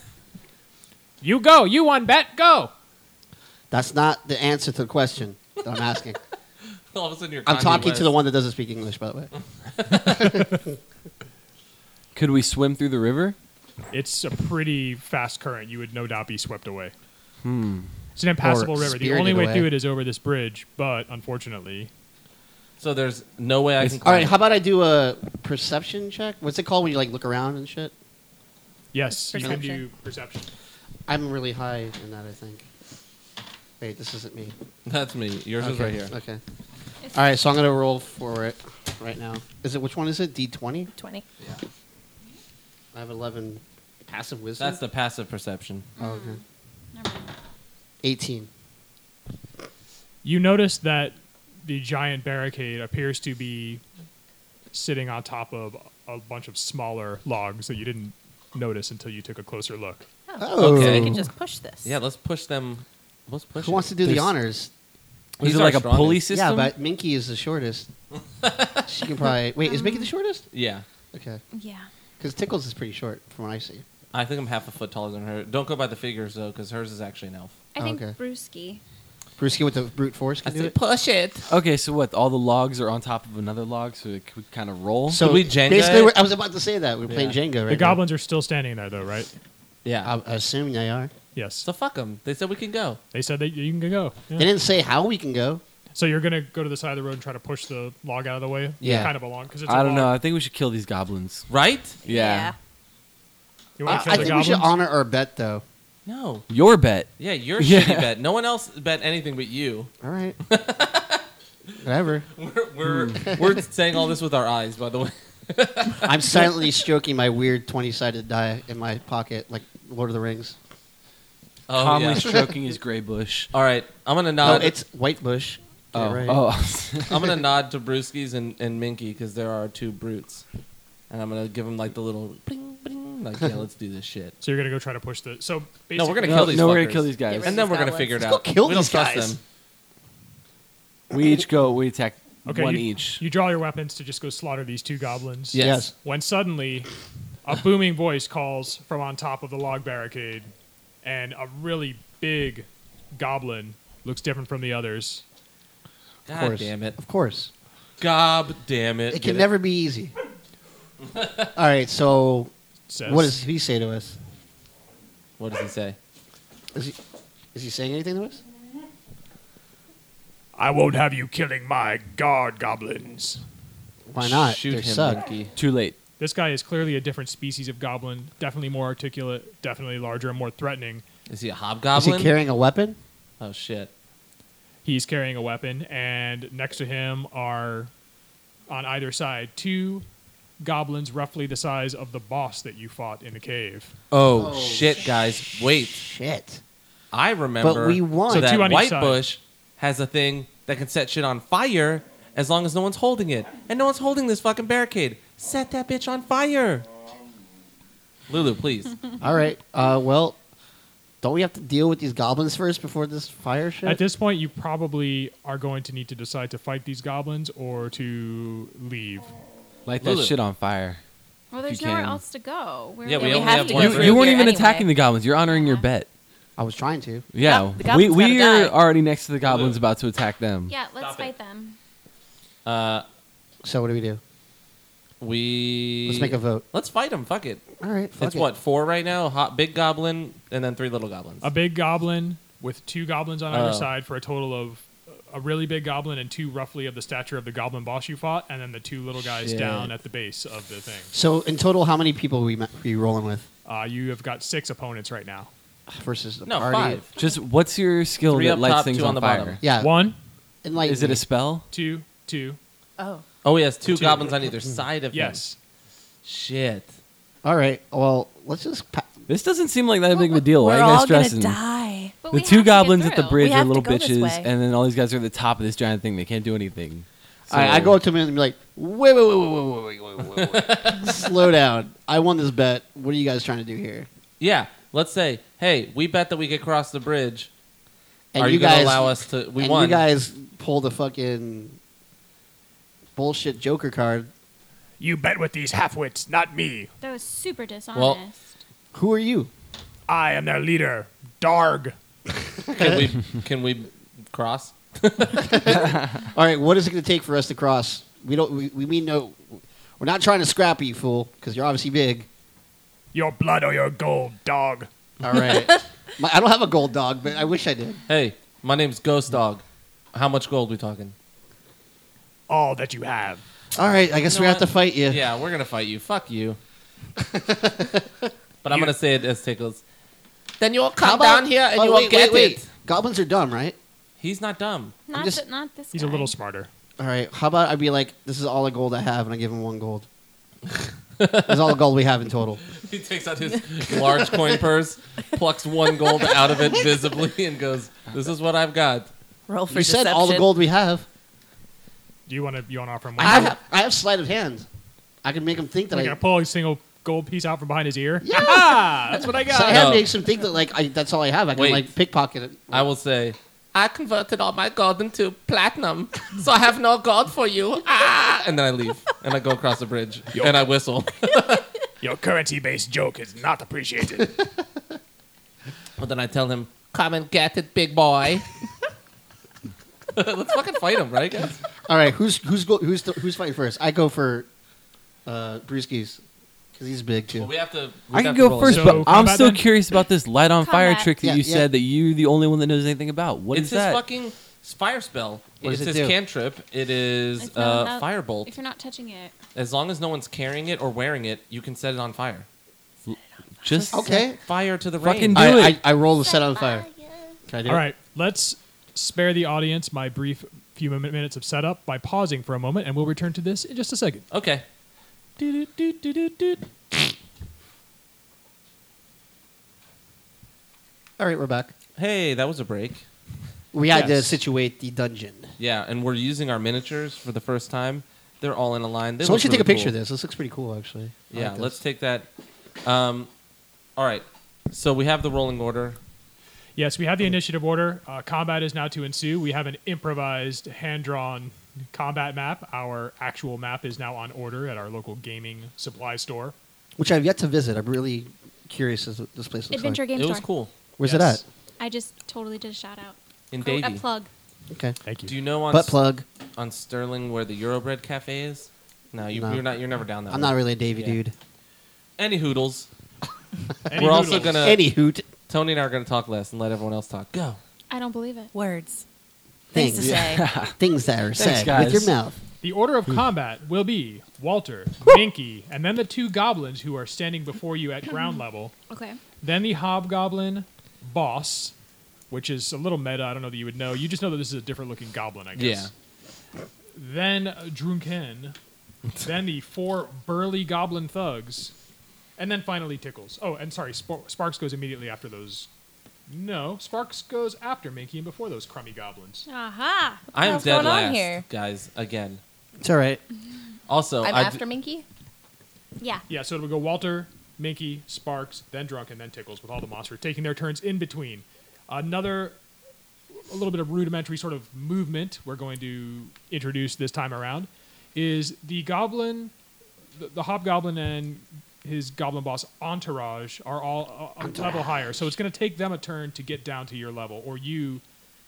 You go. You won. Bet go.
*laughs*
That's not the answer to the question that I'm asking.
All of a sudden, you're.
I'm
Kanye
talking
West.
to the one that doesn't speak English, by the way.
Could we swim through the river?
It's a pretty fast current. You would no doubt be swept away. Hmm. It's an impassable river. The
spirited
only way
away.
through it is over this bridge, but unfortunately,
So there's no way I
It's-
can.
All
Climb.
right, how about I do a perception check? What's it called when you like look around and shit?
yes, you can
Perception.
do perception.
I'm really high in that, I think. Wait, this isn't me.
*laughs* That's me. Yours is
okay.
right here.
Okay. All right, so I'm gonna roll for it right now. Is it which one is it? D20.
20.
I have 11 passive wisdom.
That's the passive perception.
oh, okay.
Never mind.
18.
You notice that the giant barricade appears to be sitting on top of a bunch of smaller logs that you didn't notice until you took a closer look.
Oh.
Okay.
We can just push this.
Yeah, let's push them. Let's push.
Who wants to do the
There's-
honors?
He's
Is it
our
like a
strongest.
pulley system?
Yeah, but Minky is the
*laughs*
shortest. she can probably wait. Is Minky the shortest?
Yeah,
Okay,
Yeah.
because Tickles is pretty short from what I see.
I think I'm half a foot taller than her. Don't go by the figures though, because hers is actually an elf.
I think
Oh, Okay.
Brewski.
Brewski with the brute force can do it.
Push it.
Okay, so what? All the logs are on top of another log, so it could kind of roll.
Could we Jenga
basically,
it?
we're, I was about to say that we're playing
Yeah.
Jenga right
the goblins are still standing there, though, right?
Yeah.
Now. I assume they are.
Yes.
so fuck them. They said we can go.
They said that you can go. Yeah.
They didn't say how we can go.
So you're gonna go to the side of the road and try to push the log out of the way.
Yeah.
kind of along because
I don't know. I think we should kill these goblins.
Right?
Yeah.
You
I,
want
I
to kill
think
the
we
goblins?
should honor our bet though.
No.
Your bet.
Yeah, you're a
Yeah.
shitty bet. No one else bet anything but you.
All
*laughs*
right. Whatever.
We're *laughs* we're, we're saying all this with our eyes, by the way. *laughs*
I'm silently stroking my weird twenty-sided die in my pocket, like Lord of the Rings.
Oh,
Calmly
yeah.
stroking his gray bush.
All right, I'm gonna
No,
nod.
it's White Bush. Get it
Oh,
right.
*laughs* oh.
I'm gonna nod to Brewskis and and Minky because there are two brutes, and I'm gonna give them like the little bling bling. Like, yeah, let's do this shit.
So you're gonna go try to push the. So basically,
No, we're gonna
no,
kill these.
no, we're gonna
fuckers.
kill these
Get
guys.
And
rid of
then
these
we're gonna
goblins.
figure it
Let's go
out.
kill
we don't
these
trust
guys.
them.
we each go. We attack
okay,
one
you,
each.
You draw your weapons to just go slaughter these two goblins.
Yes.
Yes.
When suddenly, a booming voice calls from on top of the log barricade, and a really big goblin looks different from the others.
Of
God
course.
damn it.
Of course.
God damn it.
It
Get
can never be
*laughs*
easy. All right. So,
Says,
what does he say to us?
What does he say?
Is he, is he saying anything to us?
I won't have you killing my guard goblins.
Why not?
Shoot
they
him,
suck.
Minky.
Too late.
This guy is clearly a different species of goblin, definitely more articulate, definitely larger and more threatening.
Is he a
Is
hobgoblin?
he carrying a weapon?
oh shit.
He's carrying a weapon, and next to him are, on either side, two goblins roughly the size of the boss that you fought in the cave.
Oh, shit, guys. Wait.
Shit.
I remember.
But we won.
So
So
that
two on each
white
side.
bush has a thing that can set shit on fire as long as no one's holding it, and no one's holding this fucking barricade. Set that bitch on fire.
*laughs*
Lulu, please.
All right. Uh, well, don't we have to deal with these goblins first before this fire shit?
At this point, you probably are going to need to decide to fight these goblins or to leave.
Light
Lulu.
that shit on fire.
Well, there's
you
nowhere
can.
else to go. We're
Yeah, we
we
only
have,
have
to
one
go
route.
through
You weren't
here
even
anyway.
attacking the goblins. You're honoring your bet.
I was trying to.
Yeah,
Gob- the
we
goblins
we
gotta
are
die.
already next to the goblins, about to attack them.
Yeah, let's
Stop it.
fight them.
So what do we do?
We
Let's make a vote.
Let's fight him. Fuck it.
All right. Fuck
it's
it.
what four right now? Hot big goblin and then three little goblins.
A big goblin with two goblins on
Oh.
either side for a total of a really big goblin and two roughly of the stature of the goblin boss you fought, and then the two little guys
Shit.
down at the base of the thing.
So in total, how many people we we rolling with
Uh, you have got six opponents right now.
versus the
no,
party?
five.
Just what's your skill
Three
that
up
lights
top,
things
two on
on,
the
fire?
bottom.
Yeah.
One,
Enlighten
Is it
me.
a spell?
two, two.
Oh.
Oh, he has two,
Two.
goblins on either
*laughs*
side of
Yes.
him. Shit.
All right. Well, let's just. Pa-
This doesn't seem like that big of a deal. Why
We're
are you guys
all
stressing?
gonna die.
But
The
we
two
have to get
goblins at the
through.
bridge
We
are
have to
little
go this
bitches,
way.
and then all these guys are at the top of this giant thing. They can't do anything.
All right, I go up to him and be like, wait, wait, wait, wait, wait, wait, wait, wait, wait, wait. *laughs* Slow down. I won this bet. What are you guys trying to do here?
Yeah. Let's say, hey, we bet that we could cross the bridge.
And
Are you,
guys
gonna allow us to? We
and
won.
you guys pull the fucking bullshit Joker card.
You bet with these halfwits, not me.
That was super dishonest.
Who are you?
I am their leader, Darg.
*laughs*
can we? Can we cross?
All right, what is it going to take for us to cross? We don't. We, we mean no. We're not trying to scrap you, fool, because you're obviously big.
Your blood or your gold, dog.
All right. My, I don't have a gold dog, but I wish I did.
Hey, my name's Ghost Dog. How much gold we talking?
All that you have.
All right, I guess
You
we
know
have to
what?
fight you.
Yeah, we're gonna fight you. Fuck you. *laughs* but I'm gonna say it as tickles.
Then you will
How
come
about-
down here and
oh,
you will
wait,
get
wait,
it.
Wait. Goblins are dumb, right?
He's not dumb.
Not,
just-
th- not this
He's a
guy.
little smarter.
All right. How about I be like, this is all the gold I have, and I give him one gold. this is all the gold we have in total.
He takes out his large coin purse, plucks one gold out of it visibly, and goes, "This is what I've got."
Roll for
you said all the
deception.
gold we have.
Do you want to? You want to offer him?
I
One
have, I have sleight of hand. I can make him think that
Like,
I.
I pull a single gold piece out from behind his ear.
Yeah.
Ah, that's what I got.
So I have
No.
makes him think that like I, that's all I have. I can
Wait.
like pickpocket it.
I will say,
I converted all my gold into platinum, so I have no gold
*laughs*
for you. Ah!
and then I leave, and I go across the bridge, and I whistle.
Your currency-based joke is
*laughs*
not appreciated.
but then I tell him,
Come and get it, big
*laughs*
boy.
"Let's fucking fight him, right, guys?"
All right, who's who's go, who's the, who's fighting first? I go for uh, Brewski's because he's big too.
Well, we have to. we
I
have
can
to
go
roll a
first,
six.
So,
but I'm
combat
still
then?
curious about this light on fire
Combat.
trick that
Yeah,
you
yeah.
said that you're the only one that knows anything about. What is
it's his
that?
fucking fire spell.
What does
it's
it
his
do?
cantrip. It is
It's not-
uh,
not-
firebolt.
If you're not touching it,
As long as no one's carrying it or wearing it, you can set it on fire.
Just
okay,
Fire to the rain.
Fucking do
I,
it.
I, I roll the set on fire. Can I do
All
it?
right, let's spare the audience my brief few min- minutes of setup by pausing for a moment, and we'll return to this in just a second.
okay.
All right, we're back.
Hey, that was a break.
We had to
Yes.
situate the dungeon.
Yeah, and we're using our miniatures for the first time. They're all in a line. They
so why
look
don't you take a
really
picture of
cool.
this? This looks pretty cool, actually. I
Yeah,
like this.
let's take that. Um, all right. So we have the rolling order.
Yes, we have the initiative order. Uh, combat is now to ensue. We have an improvised, hand-drawn combat map. Our actual map is now on order at our local gaming supply store.
Which I've yet to visit. I'm really curious as what this place looks
Adventure
like.
Game
it
Store.
was cool.
Where's
Yes.
it
I just totally did a shout out.
In
Pro- A
Davie.
plug.
at? Okay.
Thank you.
Do you know on
Butt plug.
on Sterling where the Eurobread Cafe is? No, you,
No.
you're not. You're never down that.
I'm
way.
not really a Davy
Yeah.
dude.
Any hoodles.
Any
We're also
noodles?
gonna- Uh,
Any hoot.
Tony and I are going to talk less and let everyone else talk. Go.
I don't believe it.
Words. Things
Things.
to say.
Things that are said
guys.
with your mouth.
The order of combat will be Walter, Minky, and then the two goblins who are standing before you at ground level.
Okay.
Then the hobgoblin boss, which is a little meta. I don't know that you would know. You just know that this is a different looking goblin, I guess. Then uh, Drunken. then the four burly goblin thugs. And then finally Tickles. Oh, and sorry, Spar- Sparks goes immediately after those. No, Sparks goes after Minky and before those crummy goblins.
Aha.
I am
hell's
dead
going on
last,
here?
guys. Again.
It's all right.
Also,
I'm
I d-
after Minky.
Yeah.
Yeah, so it'll go Walter, Minky, Sparks, then Drunken, then Tickles, with all the monsters taking their turns in between. Another, a little bit of rudimentary sort of movement we're going to introduce this time around is the goblin, the, the hobgoblin, and his goblin boss entourage are all a, a level higher. So it's going to take them a turn to get down to your level, or you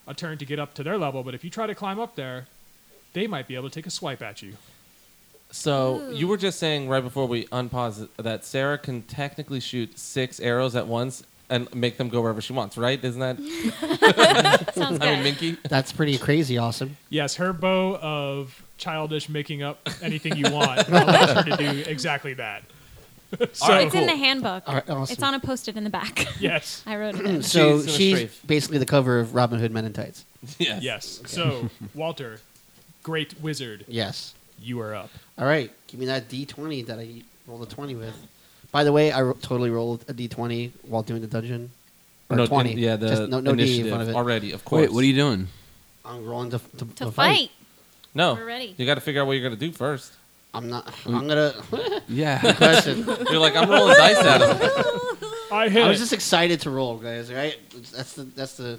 a turn to get up to their level. But if you try to climb up there, they might be able to take a swipe at you.
so you were just saying right before we unpause it that Sarah can technically shoot six arrows at once and make them go wherever she wants, right? Isn't that?
*laughs*
Sounds good.
I mean, Minky. *laughs*
That's pretty crazy awesome.
Yes, her bow of childish making up anything you want allows her to do exactly that. so,
right,
it's in the handbook.
All right, awesome.
It's on a post-it in
*laughs*
the back.
yes,
*laughs* I wrote it. in.
Mm. *clears throat* So
She's in a
she's
strafe.
basically the cover of Robin Hood Men in Tights.
Yes.
yes. So, Walter, great wizard,
Yes.
you are up.
All right. Give me that D20 that I rolled a 20 with. By the way, I ro- totally rolled a D20 while doing the dungeon. Or
No,
20.
yeah, the
Just no, no D in
initiative
front of it.
already, of course.
Wait, what are you doing?
I'm rolling to, to,
To fight.
Oh.
No,
We're ready.
You got to figure out what you're gonna do first.
I'm not.
Mm.
I'm gonna.
*laughs*
Yeah.
question.
You're like, I'm *laughs* rolling dice at him.
I hit
I
it.
was just excited to roll, guys. All right. That's the that's the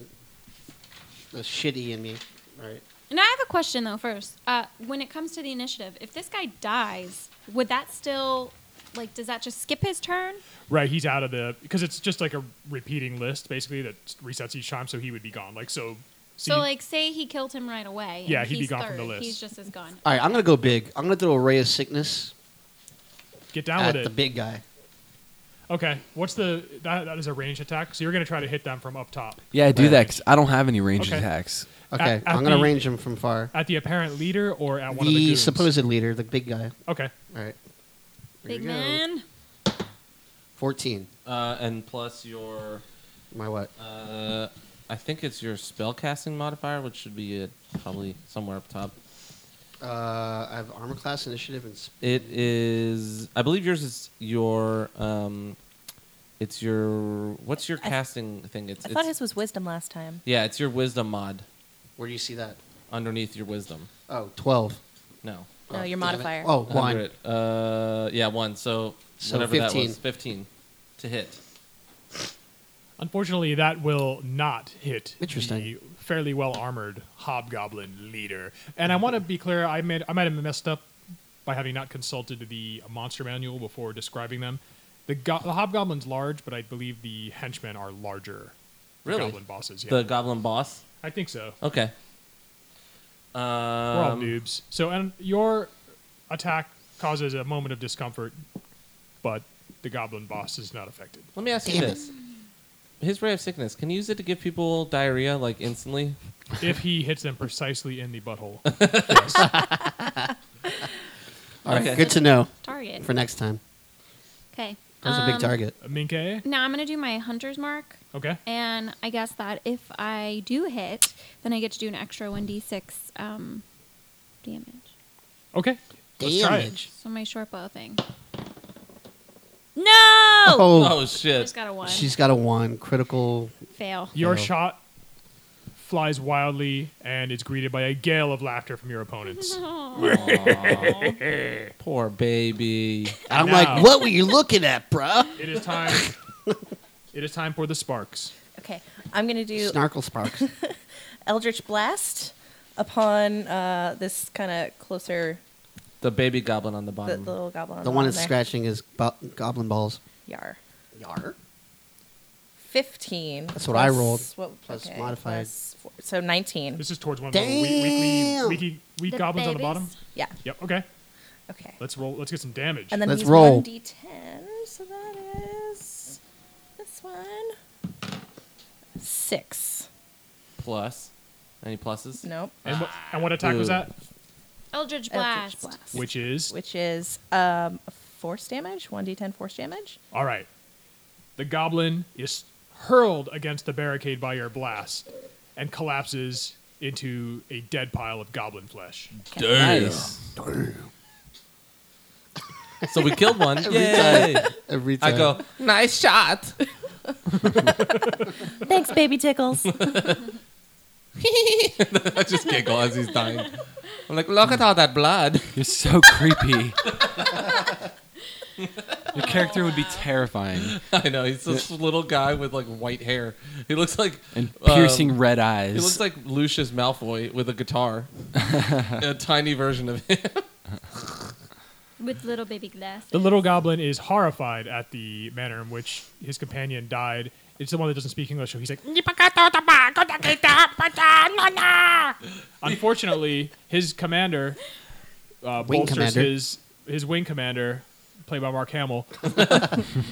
the shitty in me. All right.
And I have a question though. First, uh, when it comes to the initiative, if this guy dies, would that still, like, does that just skip his turn?
right. He's out of the because it's just like a repeating list basically that resets each time, so he would be gone. Like so,
So,
you-
like, say he killed him right away. and
Yeah, he'd be
he's
gone
third.
from the list.
He's just as gone.
All right, I'm gonna go big. I'm gonna throw a ray of sickness
Get down
at
with
the
it.
big guy.
okay, what's the that, that is a range attack? So you're gonna try to hit them from up top
*laughs* Yeah, I do
Where?
that 'cause I don't have any range
Okay.
attacks.
Okay,
at
I'm gonna
the-
range him from far.
at the apparent leader or at one of the
The
goons?
supposed leader, the big guy.
okay,
All right. There
Big
you go.
man.
Fourteen.
Uh, and plus your,
My what?
uh, I think it's your spellcasting modifier, which should be uh probably somewhere up top.
Uh, I have armor class, initiative, and sp-
It is. I believe yours is your. Um, it's your. What's your
I-
casting thing? It's.
I thought
it's-
his was wisdom last time.
yeah, it's your wisdom mod
where do you see that?
underneath your wisdom.
Oh, 12.
No.
No,
Oh,
your
damn it.
modifier.
Oh,
Under
one.
it. Uh, yeah, one. So,
So
whatever that
15.
was, fifteen to hit.
unfortunately that will not hit.
Interesting.
The fairly well armored hobgoblin leader. And I want to be clear. I made I might have messed up by having not consulted the monster manual before describing them. The, go- the hobgoblin's large, but I believe the henchmen are larger. The
Really?
goblin bosses. Yeah,
The goblin boss.
I think so.
Okay. Um,
We're all noobs. So, and your attack causes a moment of discomfort, but the goblin boss is not affected.
Let me ask you
Damn it.
this: His ray of sickness. Can you use it to give people diarrhea like instantly?
if he hits them precisely in
*laughs*
the butthole.
All right,
Okay.
good to know
Target.
for next time.
Okay.
That was a
Um,
big target.
Minke?
Now I'm going to do my hunter's mark.
Okay.
And I guess that if I do hit, then I get to do an extra 1d6 um, damage.
Okay. Let's try it.
Damage.
So, my short bow thing.
No!
Oh,
Oh
I
*laughs* shit!
just got a one.
she's got a one. Critical.
Fail.
Your
No.
shot flies wildly and is greeted by a gale of laughter from your opponents.
Aw.
Poor baby.
I'm
now-
like, what were you looking at, bruh?
it is time. it is time for the sparks.
Okay, I'm gonna do
Snarkle sparks.
Eldritch Blast upon uh, this kind of closer
The baby goblin on the
the,
bottom.
the little goblin. on
the one
bottom
that's
there.
scratching his bo- goblin balls.
Yar.
Yar.
Fifteen.
That's what I rolled,
What,
plus
okay,
modified.
plus four- so nineteen.
This is towards one of the we- weakly,
Damn.
weaky, weak
The
goblins on the
babies?
bottom.
Yeah.
Yep. Okay.
Okay.
Let's roll. Let's get some damage.
and then
Let's
he's
roll.
one d10. So that is this one. Six.
Plus, any pluses?
Nope.
And what, and what attack was
Ooh.
that?
Eldritch
Eldritch
Blast.
Blast.
Which is
which is um, force damage, 1d10 force damage.
All right. The goblin is hurled against the barricade by your blast and collapses into a dead pile of goblin flesh.
Nice.
So we killed one. Yay!
Every
I
time.
go.
Nice shot.
Thanks, baby
*laughs*
tickles.
I just giggle as he's dying. I'm like, look at all that blood.
You're so creepy. Your character would be terrifying
*laughs* I know he's this little guy with like white hair. He looks like
and
um,
piercing red eyes.
He looks like Lucius Malfoy with
*laughs*
a guitar, a tiny version of him.
With little baby glasses.
The little goblin is horrified at the manner in which his companion died. It's the one that doesn't speak English, so
*laughs*
he's like, Unfortunately, his commander, uh,
Wing
bolsters
commander.
his his wing commander, played by Mark
*laughs*
Hamill,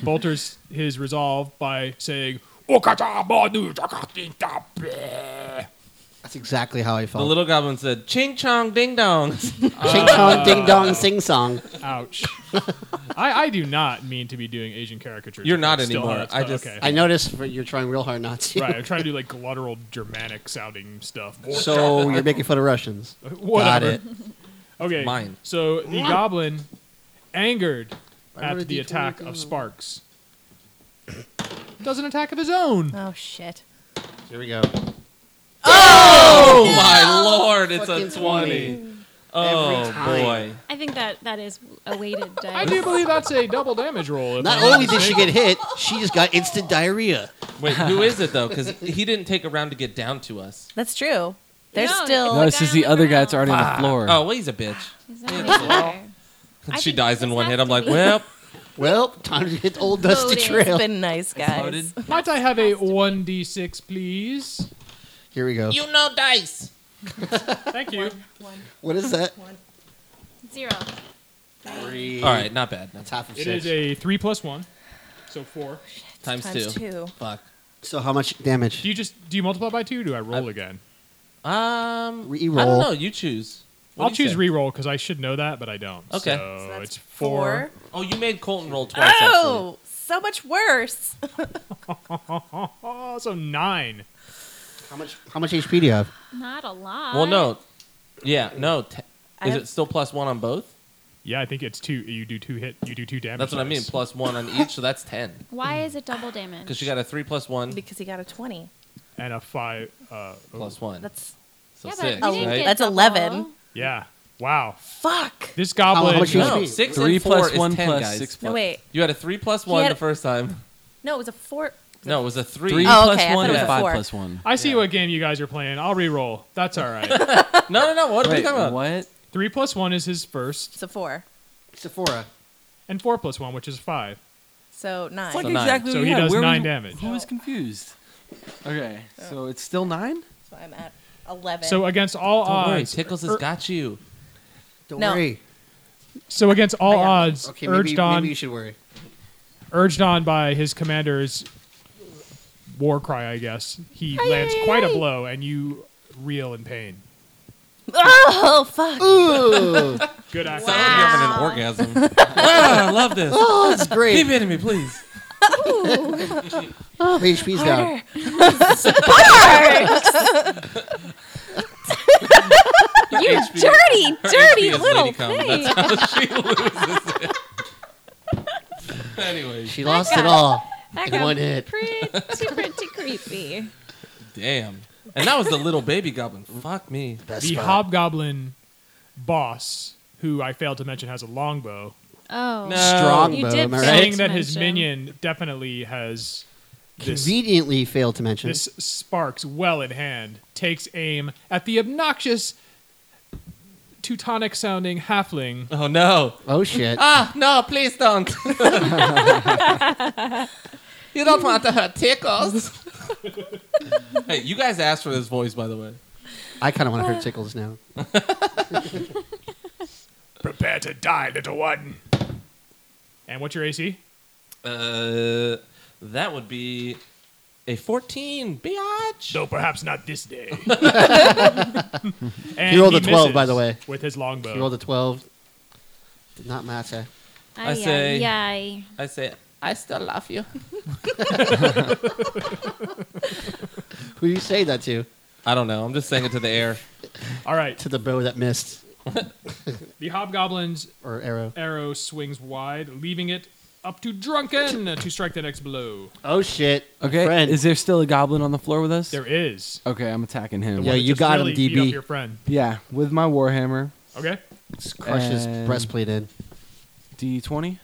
bolters his resolve by saying,
That's exactly how I
The
felt.
little goblin said, "Ching chong ding dong."
Ching chong, ding dong, sing song. *laughs*
"Ouch." I, I do not mean to be doing Asian caricatures.
You're
if
not
that's still
anymore.
how it's
I
done.
just-
okay.
I noticed that you're trying real hard not to.
*laughs*
right. I'm trying to do like glottal Germanic sounding stuff.
*laughs*
*laughs*
So *laughs* you're making fun of Russians. Got
Whatever.
it.
Okay.
Mine.
So the goblin, angered
Why
at
would
the
he try
attack
to-
of Sparks, does an attack of his
*laughs*
own.
oh, shit.
Here we go.
Oh my lord! It's a
Fucking
twenty.
20.
Oh
Every time.
boy!
I think that that is a *laughs* weighted dice.
I do believe that's a double damage roll. if
Not
I'm
only did she
mistaken.
get hit, she just got instant diarrhea.
Wait, who
*laughs*
is it though? Because he didn't take a round to get down to us.
That's true. There's
No,
still.
no,
*laughs*
the
this
guy
is the
on the
other guy that's
ground.
already on the floor.
Oh, well, he's a bitch.
Is that right? I
she
think
dies in
this
one
has
hit.
to
I'm like,
be-
well,
Well, time to hit old dusty
Loaded.
trail.
It's been nice, guys.
Loaded.
Might I have a one d six, please?
Here we go.
You know dice.
Thank you.
One,
What is that?
zero.
Three.
All right, not bad. Not
That's half of
It
six.
is a three plus one, so four.
times,
Times
two.
two.
Fuck.
so how much
Do
damage?
you just do you multiply by two? or Do I roll again?
Um,
Reroll.
I don't know. You choose. What
I'll
do you
choose
say?
re-roll because I should know that, but I don't.
Okay.
so,
that's
Oh, it's four.
Oh, you made Colton roll twice. actually.
Oh, so much worse.
Oh, so nine.
How much? How much HP do you have?
Not a lot.
Well, no. Yeah, no. Te-
I
is
have-
it still plus one on both?
Yeah, I think it's two. You do two hit. You do two damage.
That's what I mean.
dice.
Plus one on each, so that's ten.
Why is it double damage?
Because she got a three plus one
Because he got a 20.
and a five. Uh,
plus one.
That's
so
yeah, but
six,
we didn't
right?
get
That's
double.
11.
yeah. Wow.
fuck.
This goblin.
how much you-
no, six
Three
and four
plus
is
one
10,
plus
guys.
six plus.
No, wait.
You had a three plus
He
one
had-
the first time.
No, it was a four.
No, it was a three.
Three
Oh,
plus
okay, I
one
thought it was
and
a
five
four.
plus one.
I see what game you guys are playing. I'll re-roll. That's all *laughs* right.
No, no, no. What are we
Wait,
talking about?
what?
three plus one is his first,
It's a four.
Sephora.
and four plus one, which is five.
So nine.
It's like
So nine.
exactly
So
what we
he
had.
does
Where
nine
was-
damage.
Who was confused? Okay, so it's still nine.
so I'm at 11.
uh,
So against all
Don't worry,
odds,
Tickles
er-
has got you.
Don't
No.
worry.
so against
I
all
got-
odds,
Okay, maybe,
urged on,
maybe you should worry.
urged on by his commander's war cry, I guess he lands quite a blow, and you reel in pain.
*laughs* oh, fuck.
Ooh,
Good act.
Sounds like you're having an orgasm. Ah, I love this.
that's great.
Keep hitting me, please.
HP's down.
Harder.
You
HP
*laughs*
dirty, dirty
is
little
Lady Cum.
thing.
she loses it. *laughs* anyway,
She lost it all.
That
In one
got
hit.
pretty, pretty creepy.
damn. And that was the little baby goblin. Fuck me.
Best
the
spot.
hobgoblin boss, who I failed to mention has a longbow,
Oh.
No.
Strong
You
bow,
did
am I
say-
right?
saying that his
Mention.
minion definitely has this
Conveniently failed to mention.
This sparks well in hand, takes aim at the obnoxious Teutonic sounding halfling.
Oh no.
Oh shit.
Uh,
Ah, no, please don't. *laughs* you don't want to hurt Tickles.
*laughs* Hey, you guys asked for this voice, by the way.
I kind of want to hurt tickles now.
Prepare to die, little one. And what's your AC?
Uh, that would be a 14, biatch.
Though perhaps not this *laughs* day.
He rolled a 12, by the way.
With his longbow.
You rolled a twelve. Did not matter.
Ay,
I say-
ay, ay.
I say,
I still love you.
Hmm. Who you say that to?
I don't know. I'm just saying it to the
*laughs*
air.
All right.
To the bow that missed
The hobgoblin's
or arrow.
arrow swings wide, leaving it up to Drunken to strike the next blow.
Oh shit. A
Okay,
Friend.
is there still a goblin on the floor with us?
There is.
Okay, I'm attacking him.
Yeah,
It
you
just
got him,
really beat
DB.
up your friend.
Yeah, with my warhammer,
Okay.
Just crush his
And-
breastplate in.
d20.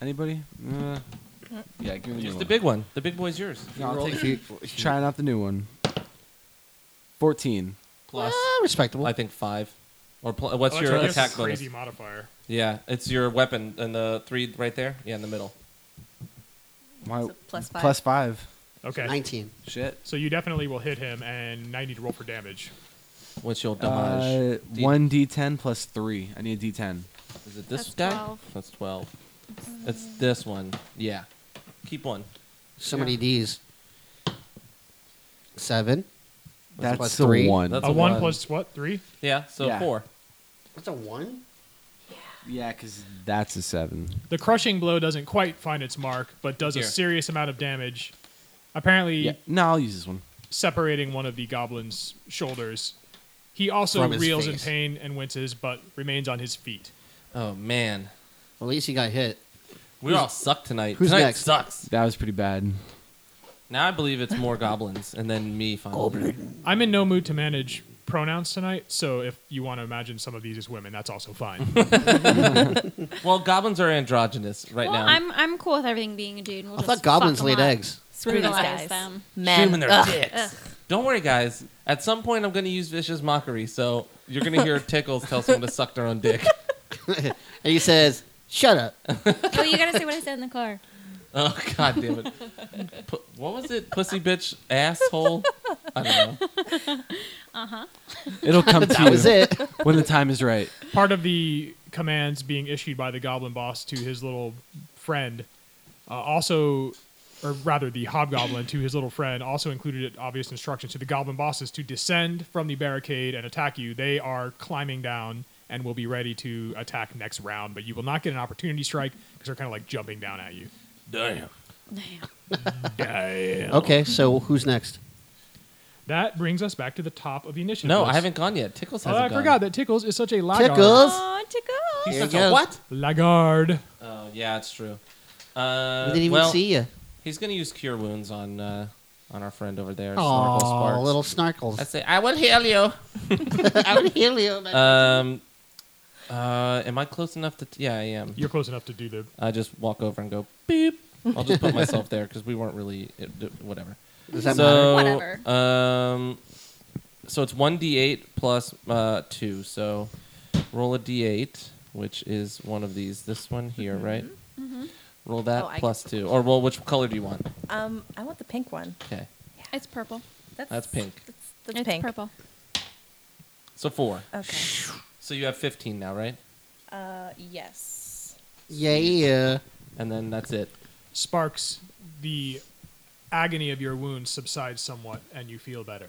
Anybody? Uh, yeah, give me the new
Just the
one.
big one. The big boy's yours.
No, I'll
Roll-
take-
you-
trying out the new one. 14.
Plus,
Ah, respectable.
I think five. Or pl- what's
Oh, that's
your
right, he has
attack
a
bonus?
crazy modifier.
Yeah, it's your weapon and the three right there. Yeah, in the middle.
My,
So plus five.
Oh, Plus five.
Okay.
Nineteen.
Shit.
So you definitely will hit him, and I need to roll for damage.
What's your
Uh,
damage? D-
one d10 plus three. I need a d10.
Uh,
Is it this
That's
guy?
12.
That's twelve. It's this one. Yeah. Keep one.
So many D's. Seven.
That's
plus
a
three?
one.
That's-
a
a
one
one.
plus what? Three?
Yeah. So
Yeah.
four.
That's a one.
yeah, because that's a seven.
The crushing blow doesn't quite find its mark, but does a
Here.
serious amount of damage. Apparently,
Yeah. No, I'll use this one.
separating one of the goblin's shoulders. He also
From his
reels in
face.
pain and winces, but remains on his feet.
Oh man,
Well, at least he got hit.
we all suck tonight.
who's
tonight
next?
sucks.
That was pretty *laughs* bad.
Now I believe it's more goblins and then me finally.
I'm in no mood to manage pronouns tonight, so if you want to imagine some of these as women, that's also fine.
Well, goblins are androgynous right
well,
now.
I'm I'm cool with everything being a dude. We'll
I
just
thought goblins
fuck 'em
laid
up.
eggs.
Screw these
Brutalize
guys.
them. *laughs*
Shoot 'em in
Men.
their
Ugh.
dicks. Don't worry, guys. At some point, I'm going to use vicious mockery, so you're going to hear Tickles tell someone to suck their own dick.
and he says, "Shut *laughs* up."
oh, you gotta say what I said in the car.
Oh God damn it! P- what was it? Pussy bitch asshole. I don't know.
It'll come to you
that was it.
when the time is right.
part of the commands being issued by the goblin boss to his little friend uh, also or rather the hobgoblin to his little friend also included obvious instructions to the goblin bosses to descend from the barricade and attack you they are climbing down and will be ready to attack next round but you will not get an opportunity strike because they're kind of like jumping down at you
Damn.
Okay, so who's next?
that brings us back to the top of the initiative
No, I
list.
haven't gone yet. Tickles
oh,
hasn't
i
gone.
forgot that tickles is such a laggard
Tickles.
Oh, tickle.
Here
He's
we
such a
go.
what?
laggard
Oh, yeah, it's true. Uh,
we didn't even
well,
see you.
He's gonna use cure wounds on uh, on our friend over there. Snorkel
Oh,
Sparks.
little snarkles.
*laughs* I say,
I will heal you.
I would heal you. but-
um, uh, am I close enough to? T- yeah, I am.
you're close enough to do the
I just walk over and go beep. I'll just put myself there because we weren't really it, it- whatever.
Does that
so
matter? Whatever.
um, so it's one d8 plus uh, two. So roll a d8, which is one of these. This one here,
Mm-hmm.
right? Roll that
Oh, I-
plus two, or roll which color do you want?
Um, I want the pink one.
Okay,
It's purple.
That's,
that's pink.
That's, that's
it's
pink.
purple.
So four.
Okay.
So you have 15 now, right?
Uh, yes.
Yeah, yeah.
And then that's it.
Sparks, the agony of your wound subsides somewhat, and you feel better.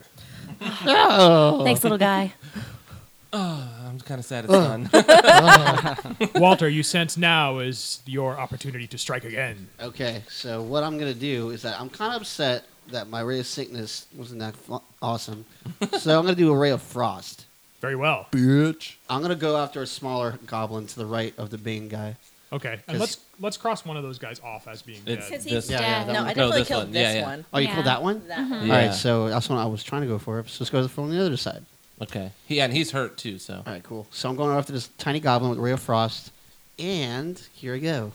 Oh.
Thanks, little
*laughs*
guy.
I'm kind of sad it's done.
Walter, you sense now is your opportunity to strike again.
Okay, so what I'm gonna do is that I'm kind of upset that my ray of sickness wasn't that fu-
*laughs*
awesome. so I'm gonna do a ray of frost.
Very well.
*laughs*
Bitch. I'm gonna go after a smaller goblin to the right of the Bane guy.
Okay, and let's let's cross one of those guys off as being
It's-
dead.
Because
Because
he's
he's
Yeah,
dead.
yeah, dead. that
no,
one.
I
No,
definitely
this
killed
one.
this
Yeah, yeah.
one.
Oh, you
Yeah.
killed that one.
That one.
Yeah.
All right, so that's one I was trying to go for. So let's go from the other side.
okay. He and he's hurt too, so.
All right, cool. So I'm going after this tiny goblin with ray of frost, and here I go.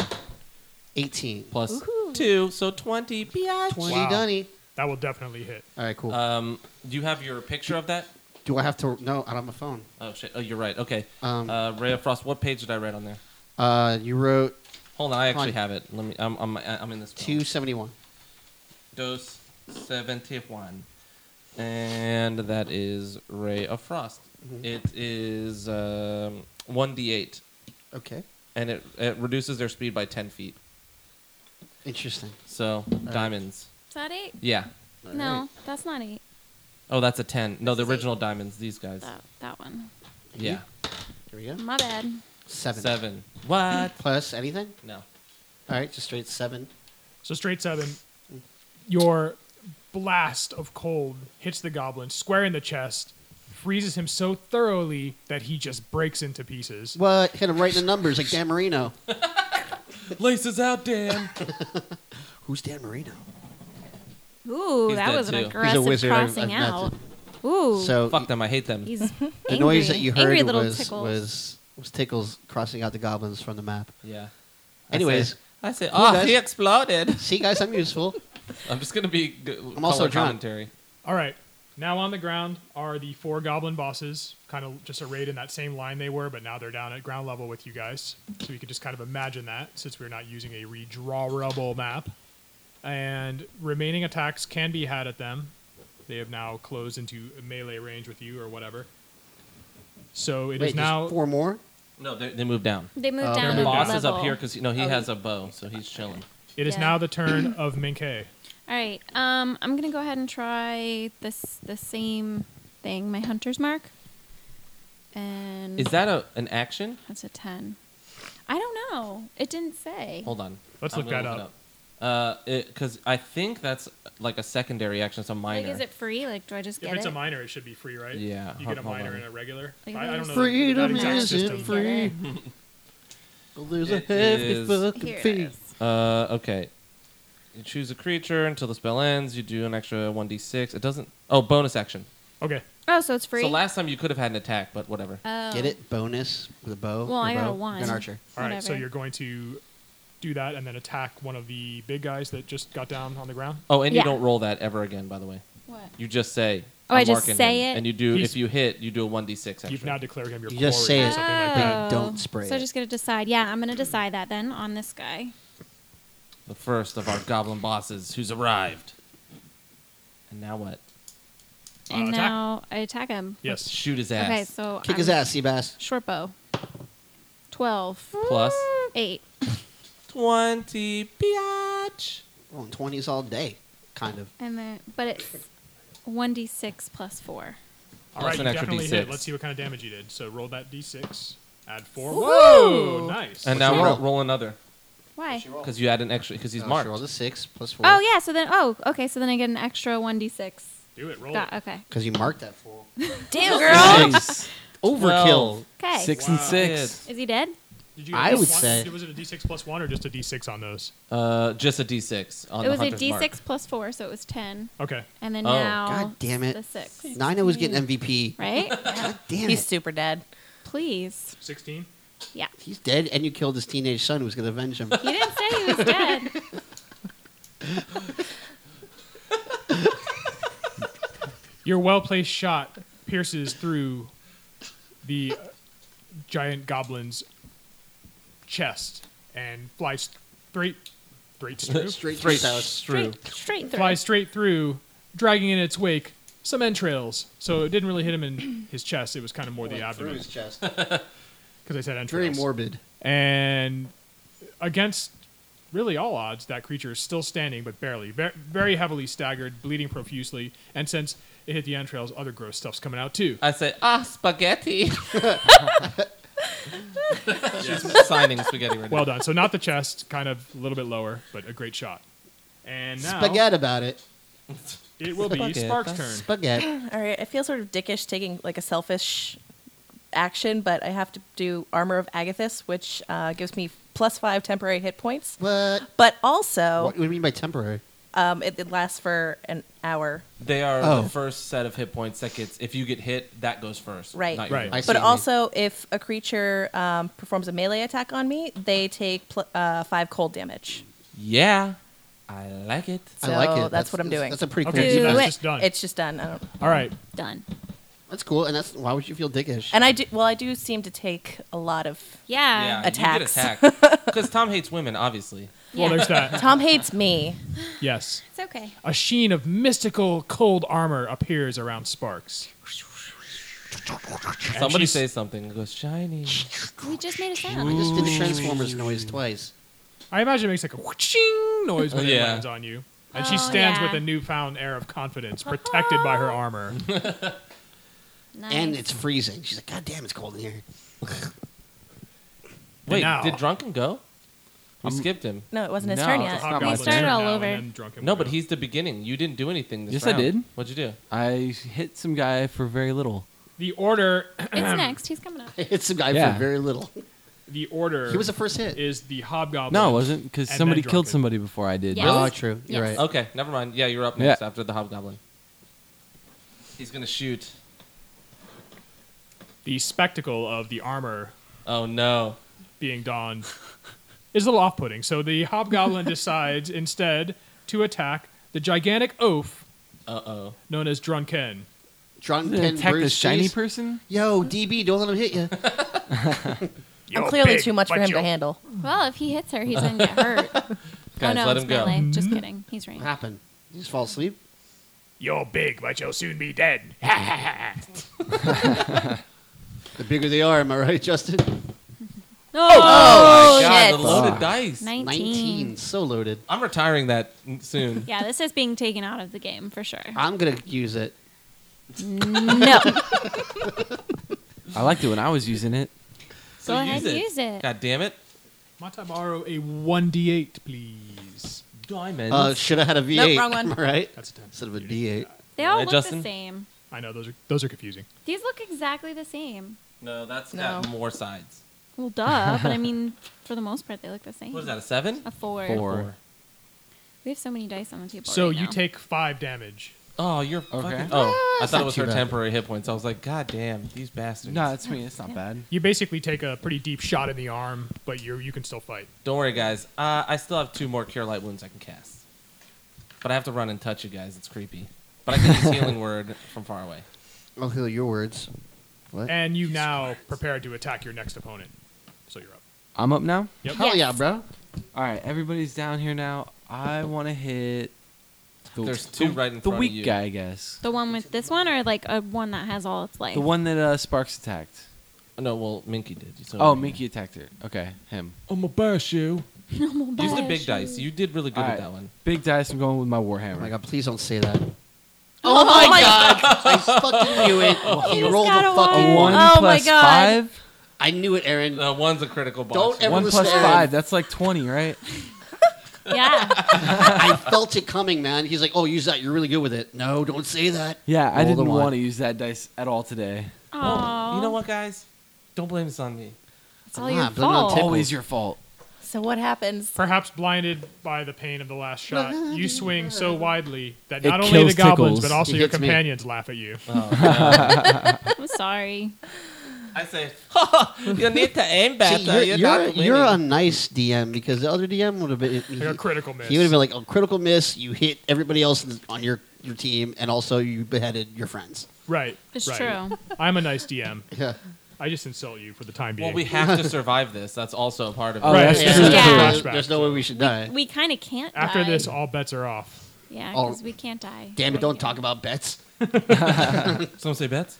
18
Plus
Woohoo.
two, so 20. Biatch.
20
Wow.
dunny.
That will definitely hit.
All right, cool.
Um, do you have your picture of that?
do I have to? No, I don't have my phone.
Oh, shit. Oh, you're right. Okay.
Um,
uh, Ray of Frost, what page did I write on there?
Uh, you wrote
Hold on, I actually
Fine.
have it. Let me. I'm, I'm, I'm in this. spell.
271.
Dose 71. And that is Ray of Frost. It is um, 1d8,
Okay,
and it, it reduces their speed by 10 feet.
interesting.
So, diamonds.
Is that eight?
Yeah.
All
no,
right.
that's not eight.
Oh, that's a 10. No, the original diamonds, these guys.
That that one.
Yeah.
Here we go.
My bad.
Seven.
Seven. What?
Plus anything?
No.
All right, just straight seven.
So straight seven, your blast of cold hits the goblin square in the chest, freezes him so thoroughly that he just breaks into pieces.
What? Hit him right in the numbers like Dan Marino.
Laces out,
*laughs*
Dan.
*laughs* Who's Dan Marino?
Ooh,
He's
that
dead
was an
too. He's a
aggressive
wizard, I've-
crossing
I've met
out. Ooh.
So
Fuck them. I hate them.
*laughs* he's
the noise that you heard
angry little
was,
tickles.
was was Tickles crossing out the goblins from the map.
Yeah.
Anyways,
I say,
Cool,
oh,
guys.
he exploded. *laughs*
see guys, I'm useful.
I'm just going to be g- I'm
also drunk.
commentary.
All right. Now on the ground are the four goblin bosses, kind of just arrayed in that same line they were, but now they're down at ground level with you guys. So you could just kind of imagine that since we're not using a redrawable map. And remaining attacks can be had at them. They have now closed into melee range with you or whatever. So it is
Wait,
now
there's four more.
No, they, they moved down.
they moved
Oh,
down.
their
The
a
boss is
level.
up here because no,
Oh.
he has a bow, so he's chilling.
it is
Yeah.
now the turn of Minkei.
All right. Um, I'm gonna go ahead and try this the same thing. My hunter's mark. And
Is that a, an action?
that's a ten. I don't know. It didn't say.
Hold on.
Let's
I'm
look
gonna
that
it up. Uh, because I think that's like a secondary action. It's a
like,
minor.
is it free? Like, do I just
If
get
it's
it?
a minor, it should be free, right?
Yeah,
You
hu-
get a
hold
minor
on.
and a regular.
Like,
I, I don't know.
Freedom
that exact
is in
system.
free.
free. Well, there's a
It
heavy
is-
fucking
Here it
fee.
is.
Uh, okay. You choose a creature until the spell ends. You do an extra 1d6. It doesn't. Oh, bonus action.
Okay.
Oh, so it's free.
So last time you could have had an attack, but whatever.
oh.
Get it? Bonus with a bow.
Well, I
Your
got
bow?
a one.
You're An archer.
All right, so
Whatever.
you're going to do that and then attack one of the big guys that just got down on the ground.
oh, and
yeah.
you don't roll that ever again, by the way.
What?
You just say.
Oh,
I'm
I just
marking
say
him,
it?
And you do.
He's-
if you hit, you do a 1d6 extra.
You've now declared him your
You just
quarry
say
or
it.
something like
But
that.
don't spray
Oh. So I
it.
just gotta decide. Yeah, I'm gonna decide that then on this guy.
the first of our goblin bosses who's arrived. And now what?
And
Uh, attack.
now I attack him.
Yes.
Shoot his ass.
Okay, so
Kick
I'm
his ass, Seabass.
Short bow. Twelve.
Plus
Eight.
20 biatch.
Well, 20s all day, kind of.
And then, but it's one d six plus four.
All right,
That's
you
an extra
definitely hit.
D6.
Let's see what kind of damage you did. So roll that d6. Add four.
Whoa!
Nice.
And now
your
roll,
roll?
roll another
Why?
because you add an extra because he's
Uh, she
marked.
rolled a six plus four.
Oh yeah. So then, oh, okay. So then I get an extra one d six.
do it. Roll.
Got
it.
okay.
Because you marked that fool.
Damn, girl.
Six,
Overkill.
Okay.
six
Wow.
and six.
Is he dead?
Did you get
I
a D6
would
plus-
say-
Was it a d6 plus one or just a d6 on those?
Uh, just a d6 on
it
the
was a
hunter's
d
mark.
six plus four, so it was ten.
Okay.
And then
Oh.
now,
God damn it.
the six.
Nino was getting MVP.
Right?
*laughs* God damn
He's
it.
super dead.
Please.
16.
Yeah.
He's dead, and you killed his teenage son who was going to avenge
*laughs*
him.
He didn't say he
*laughs*
was dead.
Your well placed shot pierces through the giant goblin's chest and flies straight, straight through,
Straight
Straight
to Silas.
through.
Straight, straight through.
flies straight through, dragging in its wake some entrails. So it didn't really hit him in
*clears throat*
his chest. It was kind of more the
Went through
abdomen
his chest.
because I said entrails.
Very morbid.
and against really all odds, that creature is still standing, but barely, ver- very heavily staggered, bleeding profusely. And since it hit the entrails, other gross stuff's coming out too.
I say
Ah,
*laughs*
spaghetti.
*laughs*
she's signing spaghetti right
Well done. So not the chest, kind of a little bit lower, but a great shot. And now
Spaghetti about it.
it will be
Spaghetti.
Spark's turn.
*laughs*
Spaghetti.
All right, I feel sort of dickish taking like a selfish action, but I have to do Armor of Agathis, which uh, gives me plus five temporary hit points.
What?
But also,
What do you mean by temporary?
um, it, it lasts for an hour.
now. They are
Oh.
the first set of hit points that gets if you get hit, that goes first.
Right.
not your
Right.
I
roll.
see
But
what you mean.
also, if a creature um, performs a melee attack on me, they take pl- uh, five cold damage.
Yeah. I like it.
I like
So
it.
that's what I'm doing.
That's a pretty cool.
Okay, so
Do
that's
it.
just done.
It's just done. I don't,
all right.
Done.
That's cool, and that's why would you feel dickish?
and I do well. I do seem to take a lot of.
Yeah,
Yeah.
Attacks.
you get attacked
*laughs*
because Tom hates women, obviously.
Well,
Yeah.
there's
*laughs*
that.
Tom hates me.
Yes.
It's okay.
A sheen of mystical cold armor appears around Sparks. And
Somebody
she's-
says something and goes shiny.
We just made a
I
sound.
just did the Transformers noise twice.
I imagine it makes like a whooshing noise when it
Yeah.
lands on you. And she
Oh,
stands with
yeah.
a newfound air of confidence, protected by her
*laughs*
armor.
Nice.
And it's freezing. She's like, God damn, it's cold in here. *laughs*
Wait,
now-
did Drunken go? We skipped him.
No, it wasn't his
No,
turn
it's
yet.
not-
Hobgoblin's
started
turn
all
now,
over.
and then drunken
No,
will
but
go.
he's the beginning. You didn't do anything this
Yes, I
round.
did.
What'd you do?
I hit some guy for very little.
the order. *coughs*
It's next. He's coming up.
It's a guy
Yeah.
for very little.
The order.
He was the first hit.
Is the hobgoblin?
No, it wasn't because
And then
somebody killed
drunken.
somebody before I did.
Yeah. Really?
Oh, true. You're
Yes.
right.
Okay, never mind. Yeah, you're up next
Yeah.
after the hobgoblin. He's gonna shoot.
The spectacle of the armor
Oh no.
being donned is a little off-putting. So
*laughs*
the hobgoblin decides instead to attack the gigantic oaf
Uh oh.
known as Drunken.
Drunk
Didn't
Pen
attack
Bruce
this shiny
Cheese.
person.
Yo, DB, don't let him hit you.
I'm
You're
clearly
big,
too much for
but
him
you're-
to handle.
Well, if he hits her, he's gonna get
*laughs*
hurt.
Oh. Guys,
oh no,
let
it's
him go.
melee.
Mm-hmm.
Just kidding. He's
What
right.
happened? You just fall asleep?
You're big, but you'll soon be dead.
The bigger they are, am I right, Justin?
Oh,
Oh, my
shit.
god, the loaded dice.
19.
19. So loaded.
I'm retiring that soon.
*laughs* Yeah, this is being taken out of the game for sure.
Ah,
I'm going to use it.
No.
*laughs*
I liked it when I was using it.
So
Go
use
ahead,
it.
use it.
God damn it.
Might I borrow a one d8, please?
Diamonds.
Uh, should have had a V8.
Nope, wrong one.
*laughs* Am I right?
That's a ten.
Instead of a D8.
They all
Right,
look
Justin?
the same.
I know those are those are confusing.
These look exactly the same.
no, that's
No.
got more sides.
Well, duh. but I mean, *laughs* for the most part, they look the same.
What is that? A seven?
A four.
Four.
We have so many dice on the table.
So
right
you
now.
take five damage.
Oh, you're fucking. Oh, I thought it was her temporary hit points. I was like, God damn, these bastards.
*laughs* No, that's me. It's not bad.
You basically take a pretty deep shot in the arm, but you you can still fight.
Don't worry, guys. Uh, I still have two more cure light wounds I can cast. But I have to run and touch you guys. It's creepy. But I can use healing word from far away.
I'll heal your words. What?
And you now prepare to attack your next opponent. So you're up.
I'm up now.
Yep.
Hell yeah, bro.
All right, everybody's down here now. I want to hit The-
There's two
the-
right in
The
front of
weak
you.
guy, I guess.
The one with this one, or like a one that has all its life.
The one that uh, Sparks attacked.
No, well, Minky did. So
Oh, Mickey attacked her. Okay, him.
I'm a bash you.
Oh,
Use the big
Bash.
dice. You did really good
All
at
right.
that one.
Big dice. I'm going with my
Oh my
warhammer.
god, please don't say that. Oh, my, god. I fucking knew it. He
just
rolled a
got a
fucking
one.
A one
Oh my
plus
God.
five.
I knew it, Aaron.
No, one's a critical box.
Don't ever-
One
was
plus
seven.
five. That's like twenty, right?
*laughs*
Yeah.
I felt it coming, man. He's like, oh, use that. You're really good with it. No, don't say that.
Yeah, I
Roll the
didn't
one.
want to use that dice at all today.
Aww.
You know what, guys? Don't blame this on me.
It's all
Ah,
your
blame it on
fault.
Tim.
Always your fault.
So what happens?
Perhaps blinded by the pain of
*laughs*
the last shot, you swing so widely that
It
not only the
kills
goblins
tickles.
but also
He
your
hits me.
companions laugh at you.
I'm sorry.
*laughs*
I say,
You need to aim
See,
better.
you're,
you're,
you're,
not
you're
winning.
a nice DM because the other DM would have been. He,
Like a critical miss.
would have been like, oh, critical miss. You hit everybody else in- on your, your team, and also you beheaded your friends.
*laughs* right.
It's
right.
true.
*laughs*
I'm a nice DM.
Yeah.
I just insult you for the time being.
well,
*laughs*
we have to survive this. That's also a part of it.
Oh,
right.
*laughs*
that's
it's
true.
just a
Yeah.
flashback.
There's no way we should die.
We kind of can't.
After
die.
this, all bets are off.
Yeah,
all-
because we can't die.
Damn it, don't talk about bets.
Someone say bets?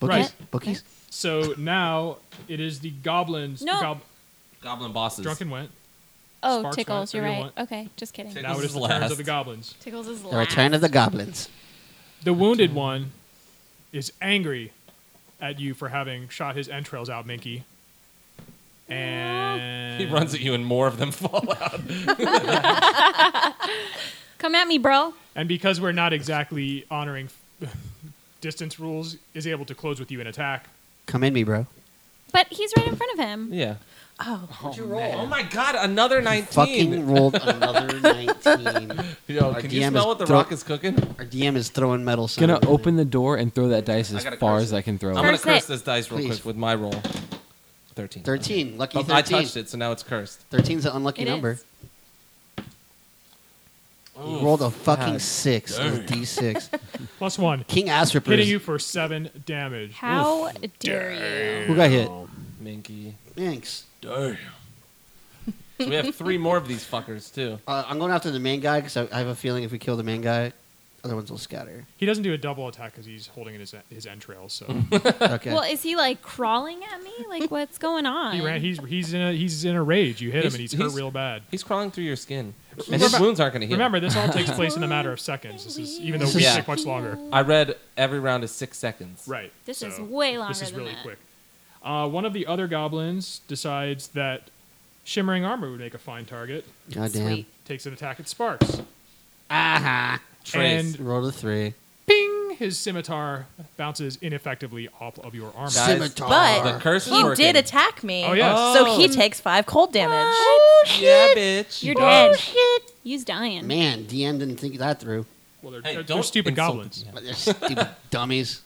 Bookies? Bookies?
So now it is the goblins.
No.
Gob-
Goblin bosses.
drunken went.
Oh,
Sparks
tickles.
went,
You're right.
everyone
Okay, just kidding.
Tickles.
Now it
is
is the turns
last.
of the goblins.
Tickles is
The
last.
return of the goblins.
The wounded one is angry at you for having shot his entrails out, Minky. And
He runs at you and more of them *laughs* fall out.
Come at me, bro.
And because we're not exactly honoring *laughs* distance rules, is able to close with you in attack.
Come in me, bro.
But he's right in front of him.
Yeah.
Oh,
Oh my god, another 19.
Fucking rolled another 19.
Yo,
Our
can you
DM
smell
is
what the
thro-
rock is cooking?
Our DM is throwing metal.
Gonna
somewhere.
open the door and throw that dice as
gotta
far
curse
as
it.
I can throw.
I'm
it.
going to
Curse it.
curse this dice real
Please.
quick with my roll. 13.
13. Lucky
But
13.
I touched it, so now it's cursed.
13's an unlucky
It
number.
is.
You rolled a fucking six on
Dang.
a d6.
Plus one.
King ass ripper.
Hitting
is-
you for seven damage.
How dare you?
Who got hit?
Minky.
Thanks.
Damn. So we have three more of these fuckers, too.
Uh, I'm going after the main guy because I, I have a feeling if we kill the main guy, other ones will
*laughs*
scatter.
He doesn't do a double attack because he's holding in his, his entrails. So
Mm-hmm.
Okay.
Well, is he like crawling at me? Like, what's going on?
he ran. He's he's in a he's in a rage. You hit
He's-
him and he's,
he's-
hurt real bad.
He's crawling through your skin. And
Remember-
his wounds aren't going to heal.
Remember, this all
*laughs*
takes place in a matter of seconds. This is even though
This
we
is-
take much longer.
I read every round is six seconds.
Right.
This
so
is way longer.
This is
than
really
that.
quick. Uh, one of the other goblins decides that shimmering armor would make a fine target.
God damn.
Sweet.
Takes an attack at Sparks.
Trace.
And
Roll a three.
ping, his scimitar bounces ineffectively off of your armor.
Guys,
Scimitar.
But
the curse is
he
working.
did attack me.
Oh, yes.
Oh.
So he takes five cold damage.
Yeah, bitch.
You're dead. He's dying.
Oh, Man, DM didn't think that through.
Well, they're,
Hey,
they're- they're
don't
stupid
insult
goblins.
the DM.
But they're stupid dummies.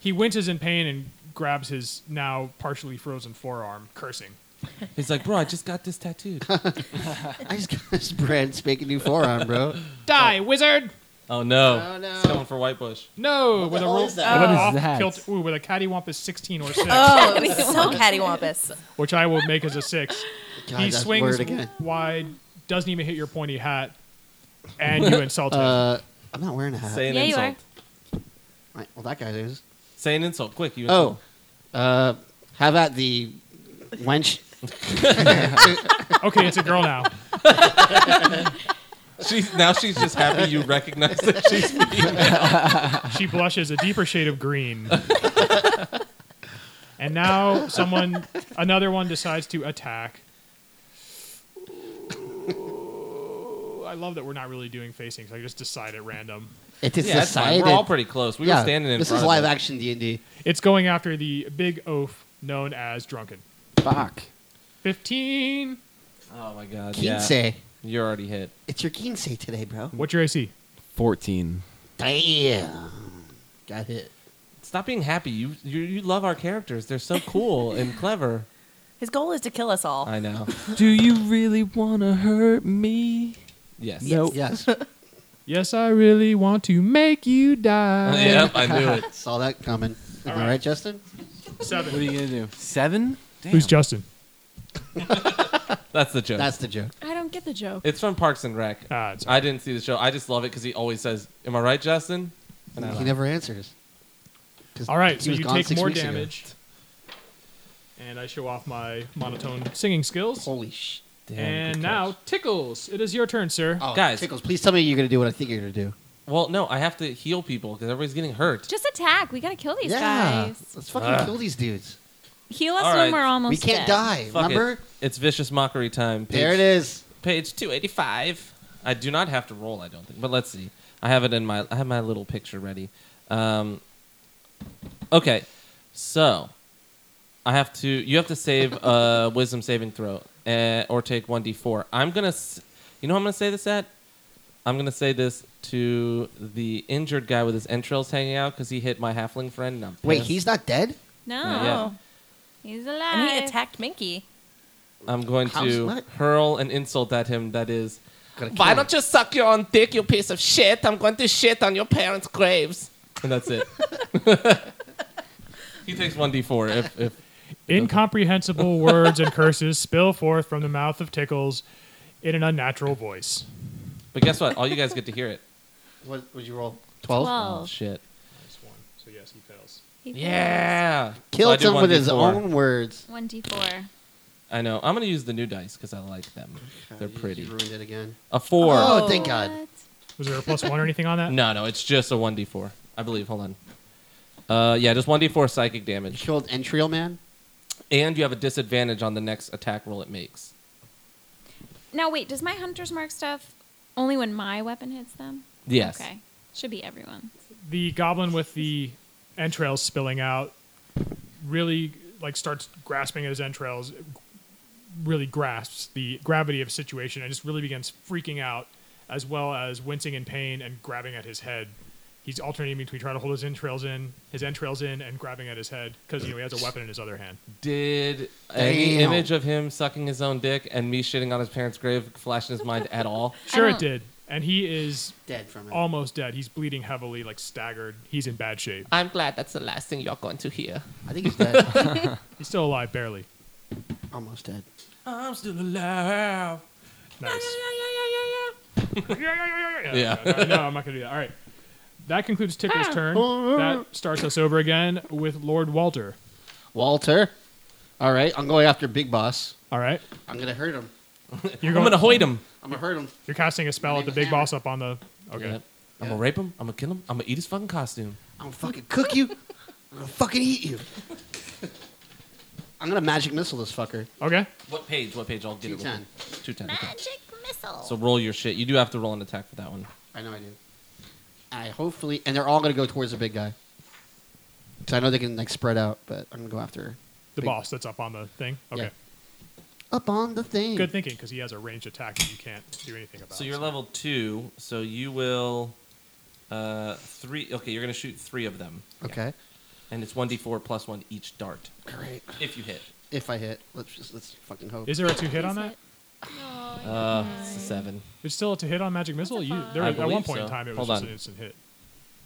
He winces in pain and grabs his now partially frozen forearm, cursing.
He's like, bro, I just got this tattooed.
I just got this brand spanking new forearm, bro.
Die, wizard!
oh no.
Oh, no.
It's coming for Whitebush.
No, with a
the hell
roll,
is that?
with
What
an
is
off
that?
kilt, ooh, with a cattywampus sixteen or six,
Oh, it was so cattywampus.
which I will make as
*laughs*
a six.
God,
he
that
swings
word again.
wide, doesn't even hit your pointy hat, and
*laughs*
you insult him.
Uh, I'm not wearing a hat.
Say an
Yeah, you
insult.
are.
Right, well, that guy is.
Say an insult. Quick, you
Oh,
insult.
uh, how about the wench?
okay, it's a
*laughs*
girl now.
She's now she's just
*laughs*
happy you recognize that she's
She blushes a deeper shade of green. and now someone, another one decides to attack. Ooh, I love that we're not really doing facings. I just decide at random.
It is
yeah, that's fine.
decided.
We're all pretty close. We were standing in
this
front
is live
of it.
action D and D.
It's going after the big oaf known as Drunken.
Fuck.
15.
Oh my god.
Quince.
Yeah. You're already hit.
It's your quince today, bro.
What's your AC?
Fourteen.
Damn. Got hit.
Stop being happy. You you, you love our characters. They're so cool and clever.
His goal is to kill us all.
I know.
Do you really wanna hurt me?
Yes.
Nope.
Yes.
*laughs* Yes, I really want to make you die.
yep, I knew it.
Saw that coming. Am I
right.
right, Justin?
Seven.
What are you gonna do? Seven? Damn.
Who's Justin?
That's the joke.
That's the joke.
I don't get the joke.
it's from Parks and Rec.
Ah, it's-
I didn't see the show. I just love it because he always says, "Am I right, Justin?" And I
he
laugh.
never answers. 'Cause
All right,
he
so
was
you
gone
take
six
more
weeks ago.
damage, and I show off my monotone singing skills.
Holy sh!
Damn,
and
good
now, Tickles, it is your turn, sir.
Oh,
Guys.
Tickles, please tell me you're going to do what I think you're going to do.
catch. well, no, I have to heal people because everybody's getting hurt.
Just attack. We gotta kill these
yeah,
guys.
let's fucking kill these dudes.
Heal us
All right.
when we're almost
we can't
dead.
die.
Fuck
remember?
it. It's vicious mockery time. Page,
There it is.
Page two eighty five. I do not have to roll. I don't think, but let's see. I have it in my. I have my little picture ready. Um, okay, so I have to. You have to save a *laughs* wisdom saving throw, uh, or take one d four. I'm gonna. s- You know, what I'm gonna say this at. I'm gonna say this to the injured guy with his entrails hanging out because he hit my halfling friend. And I'm
Wait,
pissed.
he's not dead.
No,
Yeah.
he's alive.
And he attacked Minky.
I'm going
How's
to
what?
hurl an insult at him. That is.
Gotta kill
Why
him.
don't you suck your own dick, you piece of shit? I'm going to shit on your parents' graves.
and that's *laughs* it. he takes one d4 if, if
*laughs*
Incomprehensible words and curses spill forth from the mouth of Tickles in an unnatural voice.
but guess what all you guys get to hear it
What would you roll? Twelve.
oh
Twelve.
shit
That's one. So yes, he fails.
He
yeah
Killed
So I did
him with his
1d4.
own words.
One d four.
i know i'm gonna use the new dice because i like them they're
You-
pretty
You ruined it again.
a four
Oh,
Oh.
thank God.
Was there a plus one or anything on that?
no no it's just a 1d4 i believe hold on uh yeah just 1d4 psychic
You
damage
killed Entrial Man.
and you have a disadvantage on the next attack roll it makes
Now wait, does my hunter's mark stuff only when my weapon hits them?
yes
Okay, should be everyone.
The goblin with the entrails spilling out really like starts grasping at his entrails, really grasps the gravity of the situation and just really begins freaking out as well as wincing in pain and grabbing at his head. He's alternating between trying to hold his entrails in, his entrails in, and grabbing at his head because you know he has a weapon in his other hand.
did any
Damn.
image of him sucking his own dick and me shitting on his parents grave flash in his mind at all
Sure, it
don't-
did, and he is
Dead from it.
almost dead. He's bleeding heavily, like staggered. He's in bad shape.
I'm glad that's the last thing you're going to hear.
I think he's *laughs* dead.
He's still alive, barely.
almost dead.
i'm still alive
Nice. yeah, yeah, yeah, yeah, yeah.
Yeah.
No, no, I'm not gonna do that. All right. That concludes Tickle's turn. That starts us over again with Lord Walter.
Walter. All right, I'm going after Big Boss.
All right.
I'm gonna hurt him.
You're
i'm
going.
gonna hoid him
I'm gonna hurt him.
you're casting a spell at the big boss up on the. Okay.
Yep. I'm gonna rape him. I'm gonna kill him. I'm gonna eat his fucking costume.
I'm gonna fucking cook you. I'm gonna fucking eat you. I'm gonna magic missile this fucker.
Okay.
What page? What page? I'll get it. real
210.
quick. 210. okay.
Magic missile.
So roll your shit. You do have to roll an attack for that one.
I know I do. I hopefully, and they're all gonna go towards the big guy. So I know they can like spread out, but I'm gonna go after
The
Big-
boss that's up on the thing. Okay.
Yeah. up on the thing.
Good thinking, because he has a ranged attack that you can't do anything about.
So you're level two. So you will uh, three. Okay, you're gonna shoot three of them,
Okay.
and it's one d4 plus one each dart
All right.
if you hit.
If I hit, let's just let's fucking hope.
Is there a two hit on that?
Uh,
Oh,
it's a seven.
There's still a two hit on magic missile. You there
I
at one
believe
point in
so.
time it was
Hold
just
on.
an instant hit.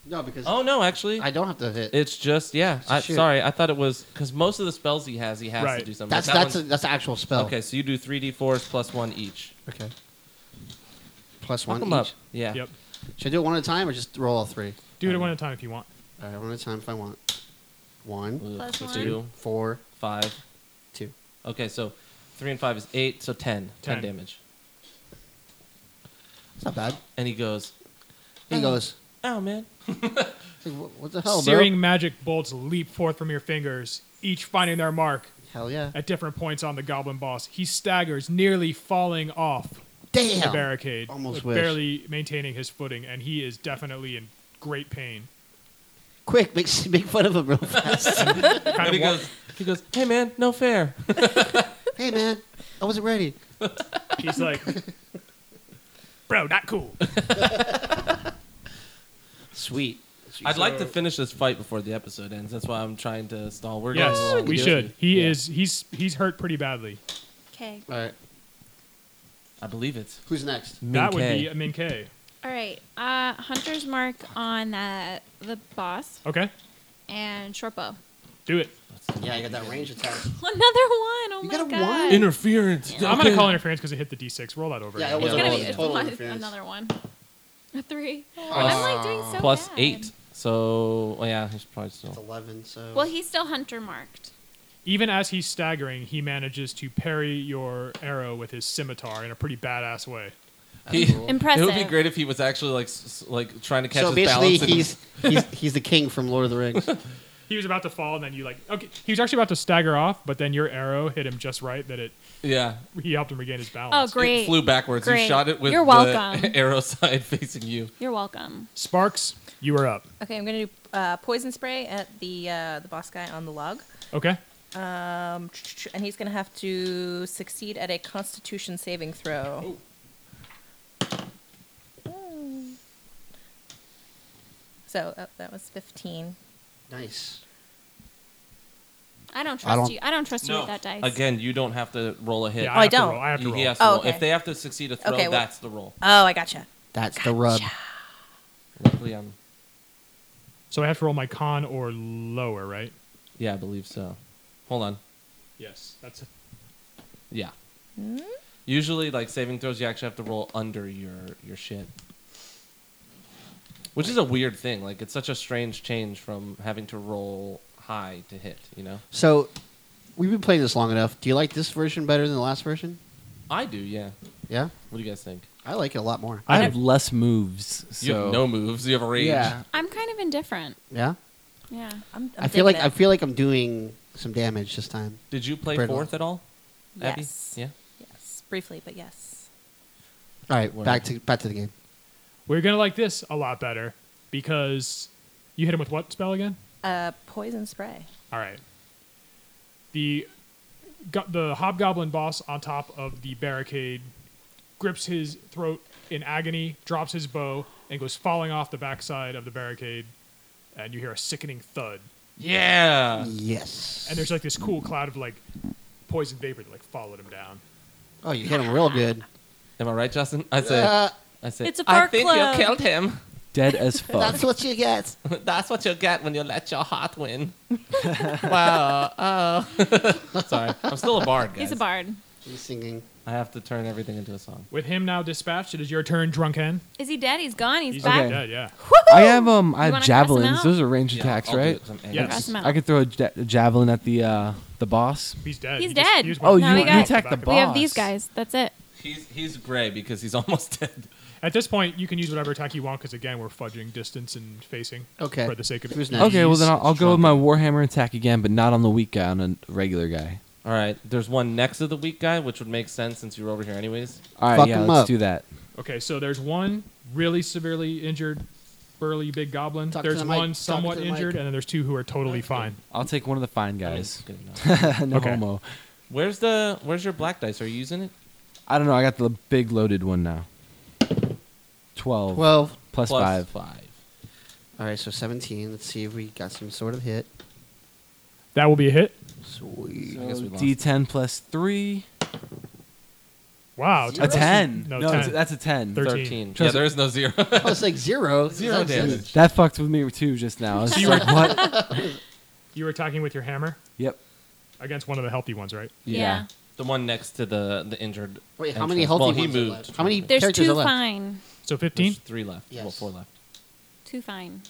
no, because
Oh no, actually,
I don't have to hit.
it's just yeah. I,
Shoot.
sorry, I thought it was because most of the spells he has, he has
Right.
to do something.
that's
That
that's a, oh.
one's-
that's an actual spell.
okay. So you do three d4s plus one each.
Okay. Plus
Fuck
one
'em
each.
up. Yeah.
Yep.
Should I do it one at a time or just roll all three?
Do it at one at a time if you want.
All right, one at a time if I want. One,
Ugh,
Plus
two,
four,
five.
two.
Okay, so three and five is eight, so ten. Ten,
Ten.
damage.
It's not bad.
And he goes,
He goes,
"Oh man,
"Hey, wh- what the hell,
Searing
bro?
magic bolts leap forth from your fingers, each finding their mark.
Hell yeah.
at different points on the goblin boss. He staggers, nearly falling off the
Damn.
barricade,
Almost
like,
wish.
barely maintaining his footing, and he is definitely in great pain.
Quick, make, *laughs* s- make fun of him real
*laughs*
fast.
Kind
he
of wa-
goes, he goes, hey man, no fair." *laughs*
hey, man. I wasn't ready.
*laughs*
he's like, bro, not cool.
Sweet. Sweet.
I'd like to finish this fight before the episode ends. That's why I'm trying to stall. We're going
yes,
along
we
with
should.
you.
He
Yeah.
is. He's he's hurt pretty badly.
Okay.
All right.
I believe it.
Who's next?
That would
Min-K.
be Min K.
All right. Uh, hunter's mark on that uh, the boss
Okay.
and short bow. *laughs*
Do it.
Yeah, you got that range attack.
Another one. Oh
You
my
got a
god.
one.
Interference.
I'm gonna call interference because it hit the d6. Roll that over.
Yeah,
again.
it was
It's
a
gonna
roll.
be
It's
it's
total
one-
interference.
another one. A three.
Plus-
I'm like doing so
Plus
bad.
eight. So oh, yeah, he's probably
It's
still.
eleven. So
Well, he's still hunter marked.
Even as he's staggering, he manages to parry your arrow with his scimitar in a pretty badass way.
*laughs* He-
Impressive.
It would be great if he was actually like s- s- like trying to catch
so
his
basically
balance. and-
he's, he's he's the king from Lord of the *laughs* Rings.
He was about to fall, and then you like okay. He was actually about to stagger off, but then your arrow hit him just right that it
yeah.
he helped him regain his
Oh,
balance.
great.
It flew backwards. You
Great.
shot it with
You're
the
welcome.
*laughs* arrow side facing you.
You're welcome.
Sparks, you are up.
Okay, I'm gonna do uh, poison spray at the uh, the boss guy on the log,
Okay.
um, and he's gonna have to succeed at a Constitution saving throw. So uh, that was 15.
nice.
I don't trust
don't-
you. I don't trust you with that dice.
Again, you don't have to roll a hit.
Yeah,
Oh, I
have to
don't.
roll. I have to
He-
roll.
he has to
Oh,
roll.
okay.
If they have to succeed a throw,
Okay, well-
that's the roll.
Oh, I gotcha.
That's the rub.
Luckily, I'm.
So I have to roll my con or lower, right?
Yeah, I believe so. Hold on.
Yes. That's
Yeah.
Hmm?
Usually, like saving throws, you actually have to roll under your your shit, which is a weird thing. Like it's such a strange change from having to roll high to hit. You know,
So we've been playing this long enough. Do you like this version better than the last version?
I do. Yeah.
Yeah,
What do you guys think?
I like it a lot more.
I have less moves. So
You have no moves. You have a range.
Yeah,
I'm kind of indifferent.
yeah.
Yeah.
I'm, I'm
I feel like
digging
I
it.
feel like I'm doing some damage this time.
Did you play
Brittle.
fourth at all? Abby?
Yes.
Yeah.
Yes, briefly, but yes.
All right,
Word.
back to back to the game.
We're gonna like this a lot better because you hit him with what spell again?
Uh, poison spray.
All right. The go- the hobgoblin boss on top of the barricade grips his throat in agony, drops his bow, and goes falling off the backside of the barricade. And you hear a sickening thud,
Yeah.
Yes.
and there's like this cool cloud of like poison vapor that like followed him down.
Oh, you hit him real good.
Am I right, Justin? I say.
Uh,
I say. *laughs*
It's a
I
park
think
club.
you killed him. *laughs*
dead as fuck.
that's what you get.
That's what you get when you let your heart win.
Oh. *laughs* Sorry, I'm still a bard, guys.
He's a bard.
He's singing.
I have to turn everything into a song.
With him now dispatched, it is your turn, drunken.
Is he dead? He's gone. He's,
He's
back.
Okay.
dead, yeah.
I have um I have
You wanna cross 'em
javelins.
out?
Those are range
Yeah,
attacks,
I'll do
right?
it 'cause I'm
Yes.
angry.
Cross him out.
right? I could throw a, ja- a javelin at the uh the boss.
He's dead.
He's
He just-
dead.
he just went
Oh,
No,
you,
we
you
got-
attack the boss.
We have these guys. That's it.
He's he's gray because he's *laughs* almost dead.
At this point, you can use whatever attack you want because again, we're fudging distance and facing.
Okay.
For the sake of
Who's next?
Okay, well then I'll, I'll
It's
go with my
drunken.
warhammer attack again, but not on the weak guy, on a regular guy.
All right, there's one next to the weak guy, which would make sense since you were over here anyways.
All right,
Fuck
yeah,
'em
let's
up.
do that.
Okay, so there's one really severely injured, burly big goblin.
Talk to
there's
the mic,
one
talk
somewhat
to the mic.
injured, and then there's two who are totally fine.
I'll take one of the fine guys.
Good enough.
*laughs* no
Okay.
homo.
Where's the where's your black dice? Are you using it?
I don't know. I got the big loaded one now. 12.
Twelve.
plus
Plus
five.
five.
All right, so seventeen. Let's see if we got some sort of hit.
That will be a hit.
Sweet.
I guess we lost.
D10 plus three.
Wow,
A
ten.
10.
No,
No,
10.
it's- that's a 10.
Thirteen.
Thirteen. Yeah,
Trust-
there is no zero. *laughs*
Oh, it's like zero.
zero
That's-
damage.
That fucked with me too just now. I was
you
like,
*laughs*
were-
what?
You were attacking with your hammer
Yep.
against one of the healthy ones, right?
Yeah.
The one next to the the injured.
Wait, how many
entrance.
healthy
Well,
ones
he
are
moved.
left? How many
There's
characters
two
are left?
fine.
So
There's
15.
three left. Well,
Yes.
four left.
Two fine.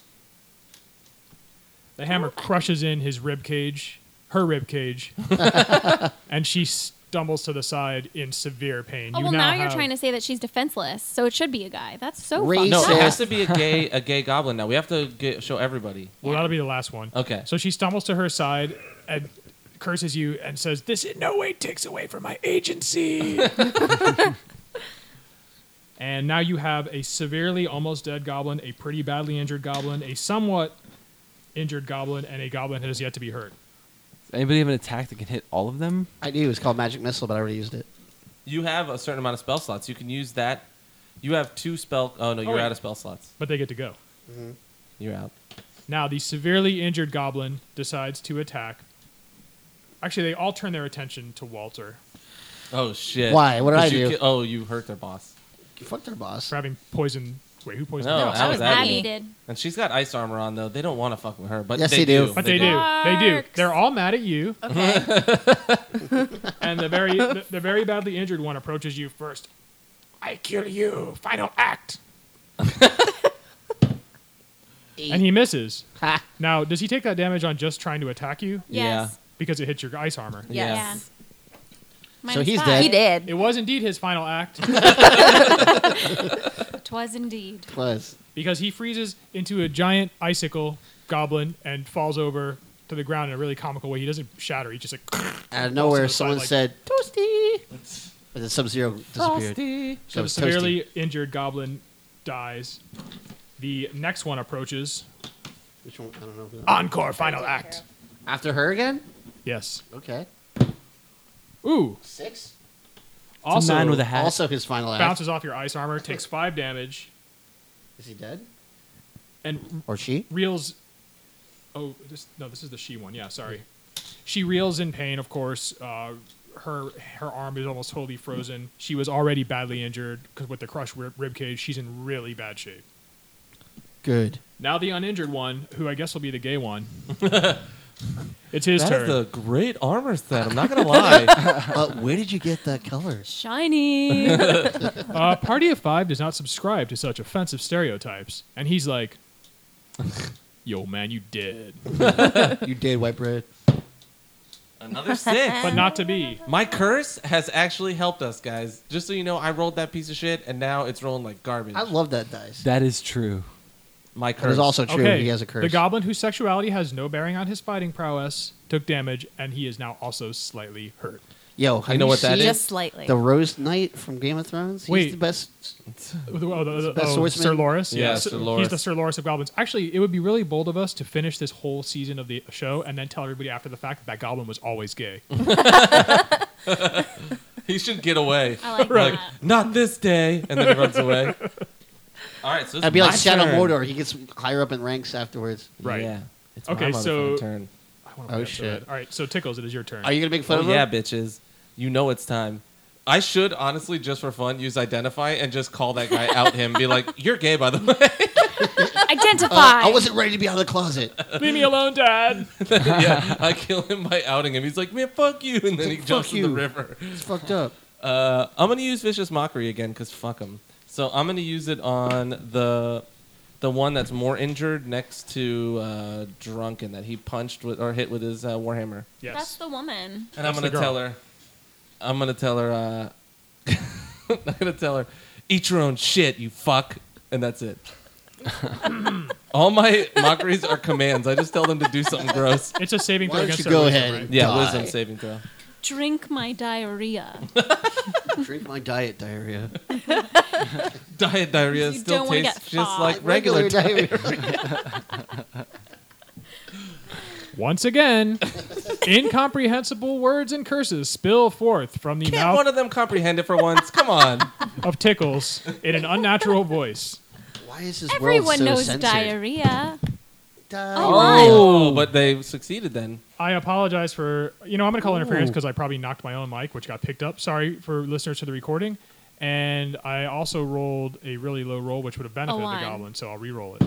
The hammer crushes in his rib cage, her rib
*laughs*
cage, and she stumbles to the side in severe pain.
Oh
you
well, now, you're
have-
trying to say that she's defenseless, so it should be a guy. That's so
Raise
fucked
No,
up.
it
*laughs*
Says-
has to be a gay a gay goblin now. We have to get, show everybody.
Well, that'll be the last one.
Okay.
So she stumbles to her side and curses you and says, This in no way takes away from my agency. and now you have a severely almost dead goblin, a pretty badly injured goblin, a somewhat injured goblin, and a goblin that has yet to be hurt.
Anybody have an attack that can hit all of them?
I knew it was called magic missile, but I already used it.
You have a certain amount of spell slots. You can use that. You have two spell. Oh no, you're
wait.
out of spell slots.
But they get to go.
You're out.
Now the severely injured goblin decides to attack. Actually, they all turn their attention to Walter
Oh shit.
Why? What did
'Cause
I
you
do?
ki- oh, you hurt their boss.
Fuck their boss.
for having poison Wait, who poisoned
No,
the
Oh,
mouse?
that was Abby.
Abby did.
And she's got ice armor on though. They don't want to fuck with her, but
Yes,
they,
they do.
But they, do. They do. They're all mad at you.
Okay.
*laughs* and the very the, the very badly injured one approaches you first. I kill you. Final act. and he misses. Now, does he take that damage on just trying to attack you
Yes.
because it hits your ice armor?
Yeah.
Yes.
So he's
five.
dead.
He
It
did.
was indeed his final act
Twas indeed.
Plus,
because he freezes into a giant icicle goblin and falls over to the ground in a really comical way. He doesn't shatter. He just like
out of
Also,
nowhere,
so I
someone
like-
said, Toasty! And then Sub Zero disappeared.
So
That
the
was
severely injured goblin dies. The next one approaches.
Which one? I don't know.
Encore, final act.
After her again?
Yes.
Okay.
Ooh.
Six?
Also,
nine with a hat.
Also his final act.
bounces off your ice armor, takes five damage,
Is he dead?
and
Or she?
reels. Oh, this no, this is the she one. Yeah, sorry. She reels in pain. Of course, uh, her her arm is almost totally frozen. She was already badly injured because with the crushed rib, rib cage, she's in really bad shape.
Good.
Now the uninjured one, who I guess will be the gay one. it's his
That
turn.
is a great armor set. I'm not gonna
*laughs*
lie.
But where did you get that colors?
Shiny.
uh, Party of Five does not subscribe to such offensive stereotypes, and he's like, *laughs* "Yo, man, you did,"
*laughs* you did white bread.
Another six.
but not to be.
My curse has actually helped us, guys. Just so you know, I rolled that piece of shit, and now it's rolling like garbage.
I love that dice.
That is true.
My
That
curse.
is also true.
Okay,
He has a curse.
The goblin whose sexuality has no bearing on his fighting prowess took damage, and he is now also slightly hurt.
Yo, have
know what that
seen
is?
Just slightly.
The Rose Knight from Game of Thrones. He's
Wait.
the best.
Oh, the- oh, the-
Best
oh,
swordsman?
Sir Loris.
Yeah,
S-
Sir
He's
Loris.
the Sir Loris of goblins. Actually, it would be really bold of us to finish this whole season of the show and then tell everybody after the fact that that goblin was
*laughs*
always gay.
*laughs* He should get away. *laughs*
I like
Like,
that.
not this day, and then he runs away. *laughs* All right, so it's
That'd be like
my
Shadow
turn.
Mordor. He gets higher up in ranks afterwards.
Right.
Yeah. It's
Okay,
my
so-
motherfucking turn.
I wanna
Oh,
play up to
shit.
that. All right, so Tickles, it is your turn.
Are you gonna make fun
Oh,
of him?
yeah, bitches. You know it's time. I should honestly, just for fun, use identify and just call that guy out him. Be like, you're gay, by the way. *laughs*
Identify.
Uh, I wasn't ready to be out of the *laughs* closet.
Leave me
*laughs*
alone, Dad.
yeah, I kill him by outing him. He's like, man, fuck you. And then he
Fuck
jumps in
you.
the river.
It's fucked up.
Uh, I'm going to use Vicious Mockery again because fuck him. So I'm going to use it on the the one that's more injured next to uh, Drunken that he punched with, or hit with his uh, Warhammer.
Yes.
That's the woman.
And I'm
That's the
gonna
girl.
tell her. I'm gonna tell her. Uh, *laughs* I'm gonna tell her, eat your own shit, you fuck, and that's *laughs* it. All my mockeries are commands. I just tell them to do something gross.
it's a saving
Why
throw
don't
against
you
their
go
wisdom,
ahead
right?
and
Yeah,
die?
wisdom saving throw.
Drink my diarrhea.
Drink my diet *laughs* diarrhea.
Diet diarrhea
You
still
don't wanna
tastes
get
just
fat.
like regular. Di-
diarrhea.
Once again, incomprehensible words and curses spill forth from the
Can't
mouth
one of them comprehend it for once? Come *laughs* on.
of Tickles in an unnatural voice.
Why is this
Everyone
world so
knows
censored?
diarrhea.
Diarrhea.
Oh,
Oh, but they succeeded then.
I apologize for, you know, I'm going to call interference because I probably knocked my own mic, which got picked up. Sorry for listeners to the recording. And I also rolled a really low roll, which would have benefited the
one.
goblin, so I'll re-roll it.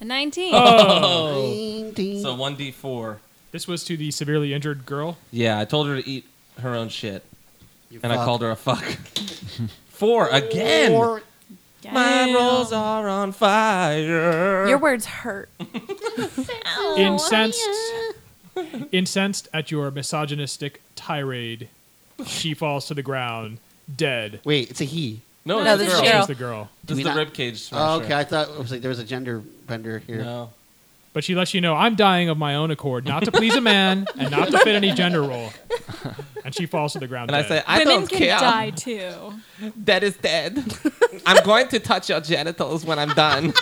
a 19.
Oh,
Oh.
Ding, ding.
So one d four.
This was to the severely injured girl.
Yeah, I told her to eat her own shit,
You
and I
fuck.
called her a fuck. *laughs* four again.
Or-
My
Damn.
rolls are on fire.
Your words hurt.
*laughs*
Ow.
incensed *laughs* incensed at your misogynistic tirade she falls to the ground dead
Wait, it's a he.
no,
No,
it's
this
girl.
is
She's
Cheryl.
the girl
This
We
is the
not-
ribcage
Oh,
smasher.
okay. I thought it was like there was a gender bender here.
No.
but she lets you know i'm dying of my own accord not to please a man and not to fit any gender role and she falls to the ground
And I say,
dead.
I
Women
don't
can
care.
die too.
That is dead. I'm going to touch your genitals when I'm done.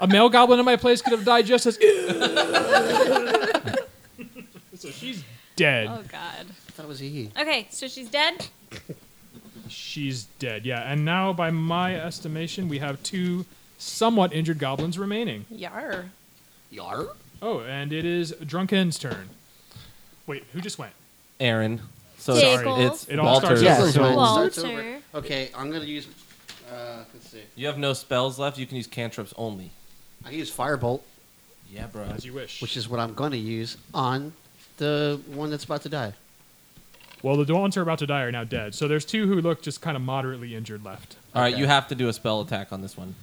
a male goblin in my place could have
*laughs*
died just as so she's dead
Oh, God.
I thought it was a he.
Okay, so she's dead.
she's dead yeah and now by my estimation we have two somewhat injured goblins remaining
Yar.
Yar.
oh and it is drunken's turn wait who just went
Aaron. So
Sorry.
it's
It all
Walter.
starts over.
Yes, so it starts
Walter.
over. Okay, I'm gonna use Uh, let's see.
You have no spells left. You can use cantrips only.
I can use firebolt,
Yeah, bro.
As you wish.
which is what I'm going to use on the one that's about to die.
well, the ones who are about to die are now dead. So there's two who look just kind of moderately injured left.
All right,
Okay.
you have to do a spell attack on this one.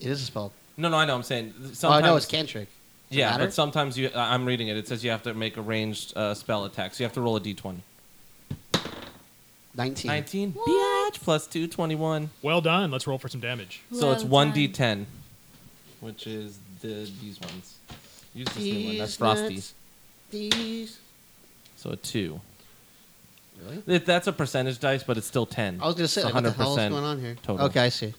It is a spell.
No, no, I know. I'm saying.
Oh,
Sometimes,
no, it's cantrick. Does it
Yeah,
matter?
but sometimes you. I- I'm reading it. It says you have to make a ranged uh, spell attack. So you have to roll a d20.
19.
19. Biatch plus 2, 21.
Well done. Let's roll for some damage.
So it's
Well
1d10, which is the these ones. Use this new one. That's
These
frosty.
nuts. These.
So a 2.
Really?
If that's a percentage dice, but it's still 10.
I was going to say,
It's
like, what the hell is going on here?
total.
Okay, I see.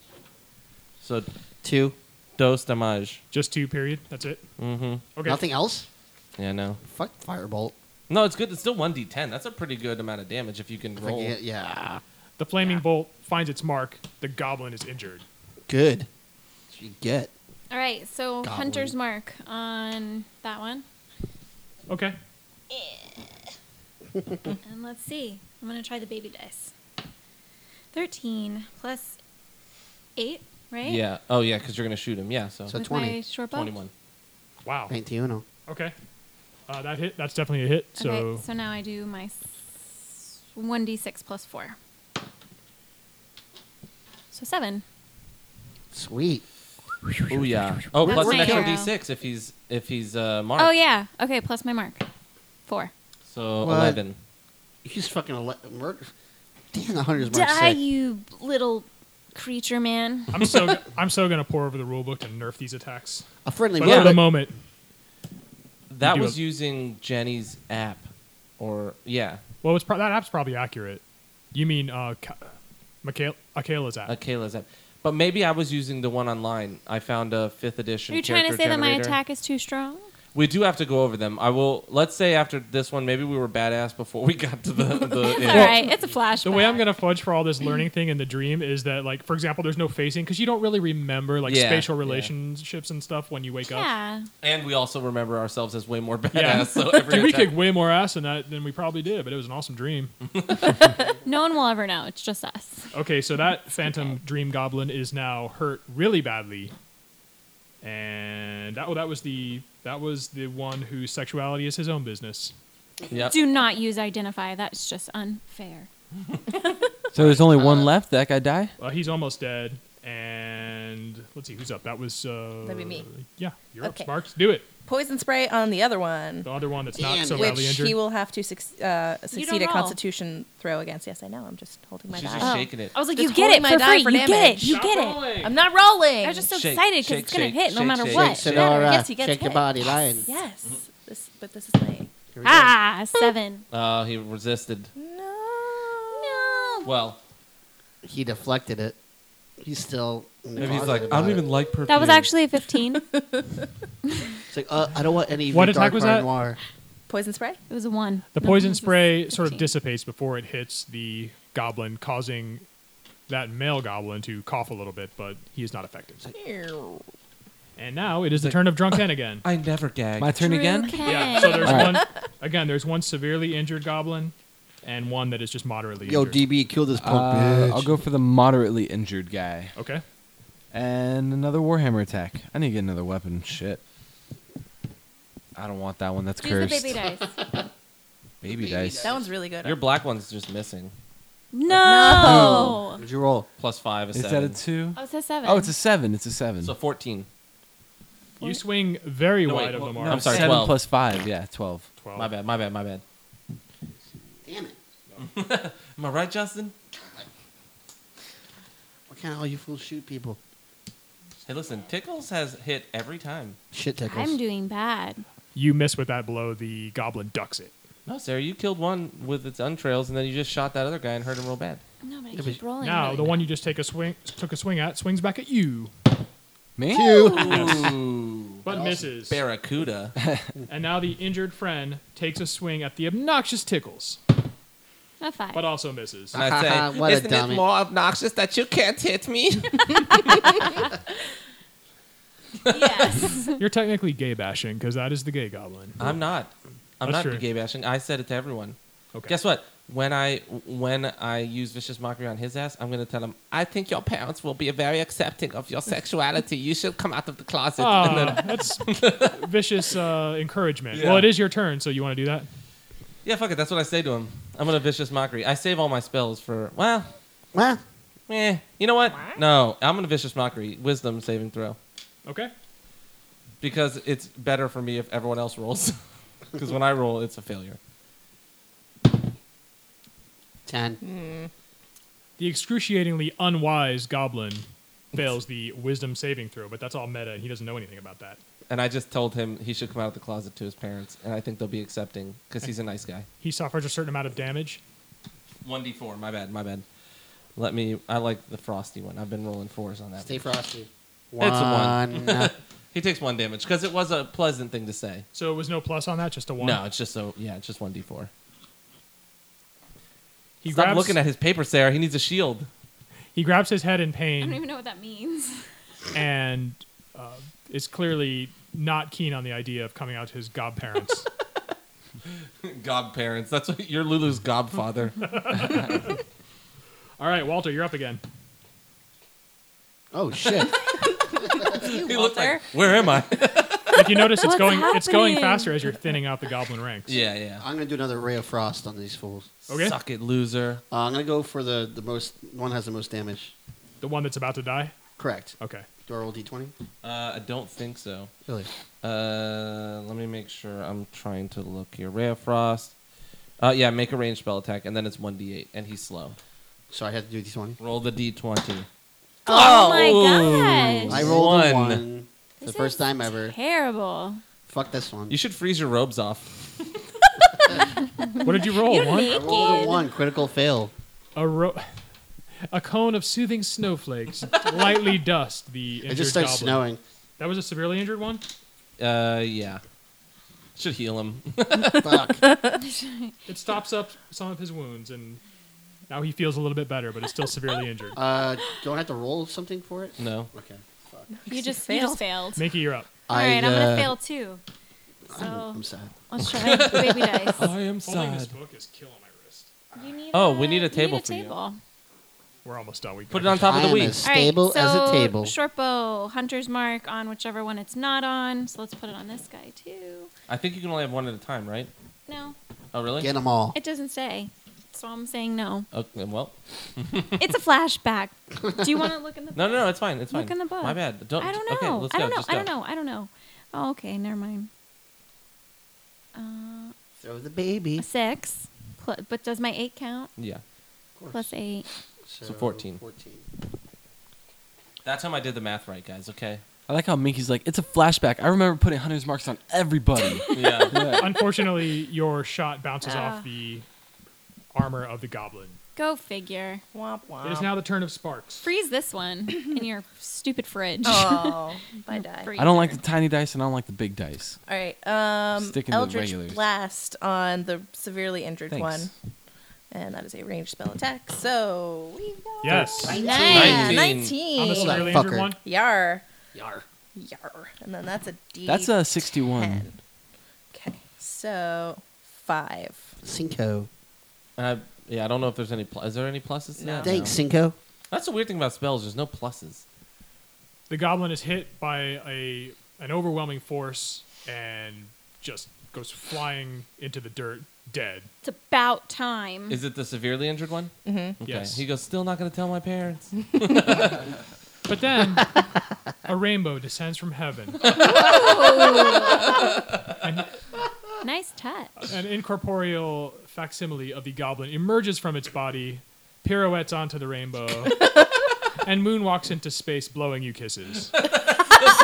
So
Two.
dose damage.
Just two, period. That's it.
Mm-hmm.
Okay.
Nothing else?
Yeah, no.
Fuck firebolt.
No, it's good. It's still 1d10. That's a pretty good amount of damage if you can roll.
Forget- yeah.
The flaming bolt finds its mark. The goblin is injured.
Good. That's what you get.
All right, so
Goblin.
Hunter's Mark on that one.
Okay.
Eh. And let's see. I'm going to try the baby dice. 13 plus 8, right?
Yeah. Oh, yeah, because you're going to shoot him. Yeah, so,
So
With
20.
my short bow?
21.
Wow.
19. Uno.
Okay. Uh, that hit. That's definitely a hit. So,
Okay, so now I do my s- 1d6 plus 4. So 7.
Sweet.
Oh yeah. Oh,
That's
plus an
my
extra
hero.
d6 if he's if he's uh, marked.
Oh, yeah. Okay, plus my mark. 4.
So
What?
11.
He's fucking ele- murder. Damn, the hunter's mark
Die,
sick.
you little
*laughs*
creature man.
I'm so I'm so gonna pour over the rule book to nerf
*laughs*
these attacks.
A friendly
But
Yeah,
for the
murder.
moment,
That
do
was
a-
using Jenny's app, or yeah,
well, it's pro- that app's probably accurate. You mean uh, Ka- Michael- Akela's app?
uh, Kayla's app. But maybe I was using the one online. I found a fifth edition.
Are you trying to say
character
that my
generator.
attack is too strong?
We do have to go over them. I will. Let's say after this one, maybe we were badass before we got to
*laughs*
the. the
It's
end.
all right. It's a flashback.
the way I'm gonna fudge for all this learning thing in the dream is that, like, for example, there's no facing because you don't really remember like
Yeah,
spatial
yeah.
relationships and stuff when you wake up.
Yeah.
And we also remember ourselves as way more badass.
Yeah.
So every
*laughs* Dude, we
attack-
kicked way more ass than that than we probably did, but it was an
*laughs*
awesome dream.
No one will ever know. It's just us.
Okay, so that phantom dream goblin is now hurt really badly, and that, oh, that was the that was the one whose sexuality is his own business.
Yep.
Do not use identify. That's just unfair.
So there's only one left. That guy die.
Well, he's almost dead. And let's see who's up. That was uh,
That'd be me.
Yeah, you're
Okay.
up, Sparks. Do it.
Poison spray on the other one,
The other one that's not
Damn it.
so badly
which
injured.
he will have to suc- uh, succeed a
roll.
Constitution throw against. Yes, I know. I'm just holding my
She's
die.
just shaking it.
Oh. I was like,
Just
you get
holding
it
my
for
die
free.
for
you get
damage.
it. You
Stop
get it.
rolling.
Oh, I'm not rolling.
I was just so
Shake,
excited because
shake,
it's gonna
shake,
hit no
shake,
matter
shake,
what.
Shake,
shit.
Sonora.
Yes, he gets
Shake your
hit.
body, lion.
Yes. This, but this is my.
Here we go.
Ah, seven.
Uh, he resisted.
No.
Well,
He deflected it. He's still. in the
maybe he's
closet
like, I
about
don't
it."
even like perfume.
That was actually a fifteen. it
It's like, uh, I don't want any of
What
your
attack
dark
was
Hard
that?
noir.
Poison spray.
was a one.
*laughs* the
No, it
poison
was a
spray sort of
15.
dissipates before it hits the goblin, causing that male goblin to cough a little bit, but he is not affected. And now it is the turn of
*laughs*
Drunken again.
I never gag.
My turn
Drew
again.
Kang.
Yeah. So there's
Alright.
one again. There's one severely injured goblin, and one that is just moderately
Yo,
injured.
DB, kill this punk
Uh,
bitch.
I'll go for the moderately injured guy
Okay.
and another warhammer attack. I need to get another weapon. Shit. I don't want that one. That's
Use
cursed. *laughs*
the baby dice.
Baby dice.
That one's really good.
Your black one's just missing.
No.
What'd you roll?
Plus five is,
Is that
seven.
a two?
Oh, it's a seven.
Oh, it's a seven. It's a seven.
So 14.
You swing very
No, wait,
wide of the
well,
mark.
I'm sorry,
Seven
12.
plus five. Yeah, twelve.
12.
My bad, my bad, my bad.
Damn it.
Am I right, Justin?
What kind of all you fools shoot people?
Hey, listen, Tickles has hit every time.
Shit tickles.
I'm doing bad.
You miss with that blow. The goblin ducks it.
No, Sarah, you killed one with its untrails, and then you just shot that other guy and hurt him real bad.
No, but I
Yeah, but
keep rolling.
Now
really
the one you just take a swing took a swing at swings back at you,
Me?
Ooh.
but
*laughs*
misses.
Barracuda.
And now the injured friend takes a swing at the obnoxious tickles,
bad. A five.
but also misses.
And I
*laughs*
say,
what a
Isn't it
dummy.
more obnoxious that you can't hit me?
yes. *laughs*
You're technically gay bashing because that is the gay goblin.
*laughs* I'm not. I'm
That's
not
true.
gay bashing. I said it to everyone.
Okay.
Guess what? when I when I use vicious mockery on his ass, I'm gonna tell him I think your parents will be very accepting of your sexuality. you should come out of the closet. And then-
Ah, that's
*laughs*
vicious uh, encouragement. Well,
Yeah.
it is your turn, so you want to do that?
yeah, fuck it. That's what I say to him. I'm gonna vicious mockery. I save all my spells for well,
Well,
eh. You know what? No, I'm gonna vicious mockery wisdom saving throw
Okay.
because it's better for me if everyone else rolls. *laughs* Because when I roll, it's a failure.
ten.
The excruciatingly unwise goblin fails the wisdom saving throw, but that's all meta. He doesn't know anything about that.
And I just told him he should come out of the closet to his parents, and I think they'll be accepting because he's a nice guy.
He suffers a certain amount of damage.
One d four. My bad. My bad. Let me. I like the frosty one. I've been rolling fours on that.
Stay
one.
frosty.
It's a *laughs*
one.
He takes one damage because it was a pleasant thing to say.
So it was no plus on that, just a one.
No, it's just so. Yeah, it's just one d four.
he
Stop
grabs,
looking at his paper, Sarah. He needs a shield.
He grabs his head in *laughs*
I don't
pain
even know what that means.
and uh, is clearly not keen on the idea of coming out to
*laughs*
his godparents.
Godparents. That's what you're Lulu's
*laughs*
godfather.
all right, Walter, you're up again.
oh shit!
he
Walter.
Where am I?
*laughs* Like you notice, it's
What's
going it's going
happening?
faster as you're thinning out the goblin ranks.
yeah, yeah.
I'm gonna do another ray of frost on these fools.
Okay.
Suck it, loser.
Uh, I'm gonna go for the the most one has the most damage.
The one that's about to die.
Correct.
*laughs*
Okay.
Do I roll d20?
Uh, I don't think so.
Really?
Uh, let me make sure. I'm trying to look here. Ray of Frost. Uh, yeah, make a ranged spell attack, and then it's 1d8, and he's slow.
So I had to do d20.
Roll the d20.
Oh, my gosh.
I rolled
One.
a one. The
This
first
is
time ever.
Terrible.
Fuck this one.
You should freeze your robes off.
What did you roll?
You're
One.
I
naked.
rolled
*laughs*
a one. Critical fail.
A ro- a cone of soothing snowflakes lightly dust the injured
It just starts
goblin.
snowing.
That was a severely injured one.
Uh, yeah. Should heal him. *laughs*
*laughs*
Fuck.
It stops up some of his wounds, and now he feels a little bit better, but is still
*laughs*
severely injured.
Uh, do I have to roll something for it?
no.
Okay. Fuck. uh,
You just
You
you
failed.
just failed.
Mickey, you're up.
All right, I'm gonna fail too.
I'm,
So
I'm sad.
let's try the baby dice.
I am
Holding this book is killing my wrist.
*laughs* You need
Oh,
a-
we need a
you
table for you.
table.
We're almost done. We
Put it on top
I
of the
am
wheat.
as stable
All right,
as
so
a table.
Short bow, hunter's mark on whichever one it's not on. So let's put it on this guy too.
I think you can only have one at a time, right?
No,
Oh, really?
Get them all.
it doesn't say. So I'm saying *laughs* no.
Okay, well,
It's a flashback. Do you want to look in the?
*laughs* no, no, no, it's fine. It's fine.
Look in the book.
My bad. Don't,
I don't know.
Okay, let's
I
go.
don't know.
Just
I
go.
don't know. I don't know. Oh, okay. Never mind. Uh,
Throw the baby.
a six. Pl- but does my eight count?
Yeah.
Of course.
Plus eight.
So,
14.
14.
That time I did the math right, guys, okay?
I like how Mickey's like, it's a flashback. I remember putting hunter's marks on everybody.
*laughs* Yeah.
Unfortunately, your shot bounces
Ah.
off the armor of the goblin.
Go figure.
Womp womp.
It is now the turn of Sparks.
Freeze this one in your stupid fridge. *laughs*
*laughs*
oh, *laughs* I die.
Freezer.
I don't like the tiny dice and I don't like the big dice.
All right. Um,
Sticking to the
Eldritch
regulars.
Blast on the severely injured
Thanks.
one. And that is a ranged spell attack. So we got
Yes.
19.
Nice. 19.
On the
Hold up,
severely injured
fucker.
one.
Yar.
Yar.
Yar. And then that's a D.
That's a 61.
10. Okay. So five.
Cinco.
uh, yeah, I don't know if there's any. Pl- is there any pluses? to
No.
that?
Thanks, Cinco.
That's the weird thing about spells. There's no pluses.
The goblin is hit by a an overwhelming force and just goes flying into the dirt, dead.
It's about time.
Is it the severely injured one? Mm-hmm. Okay.
Yes.
He goes, still not going to tell my *laughs* parents. *laughs*
But then a rainbow descends from heaven. and
nice touch.
an incorporeal facsimile of the goblin emerges from its body, pirouettes onto the
*laughs*
rainbow, and moonwalks into space, blowing you kisses.
*laughs*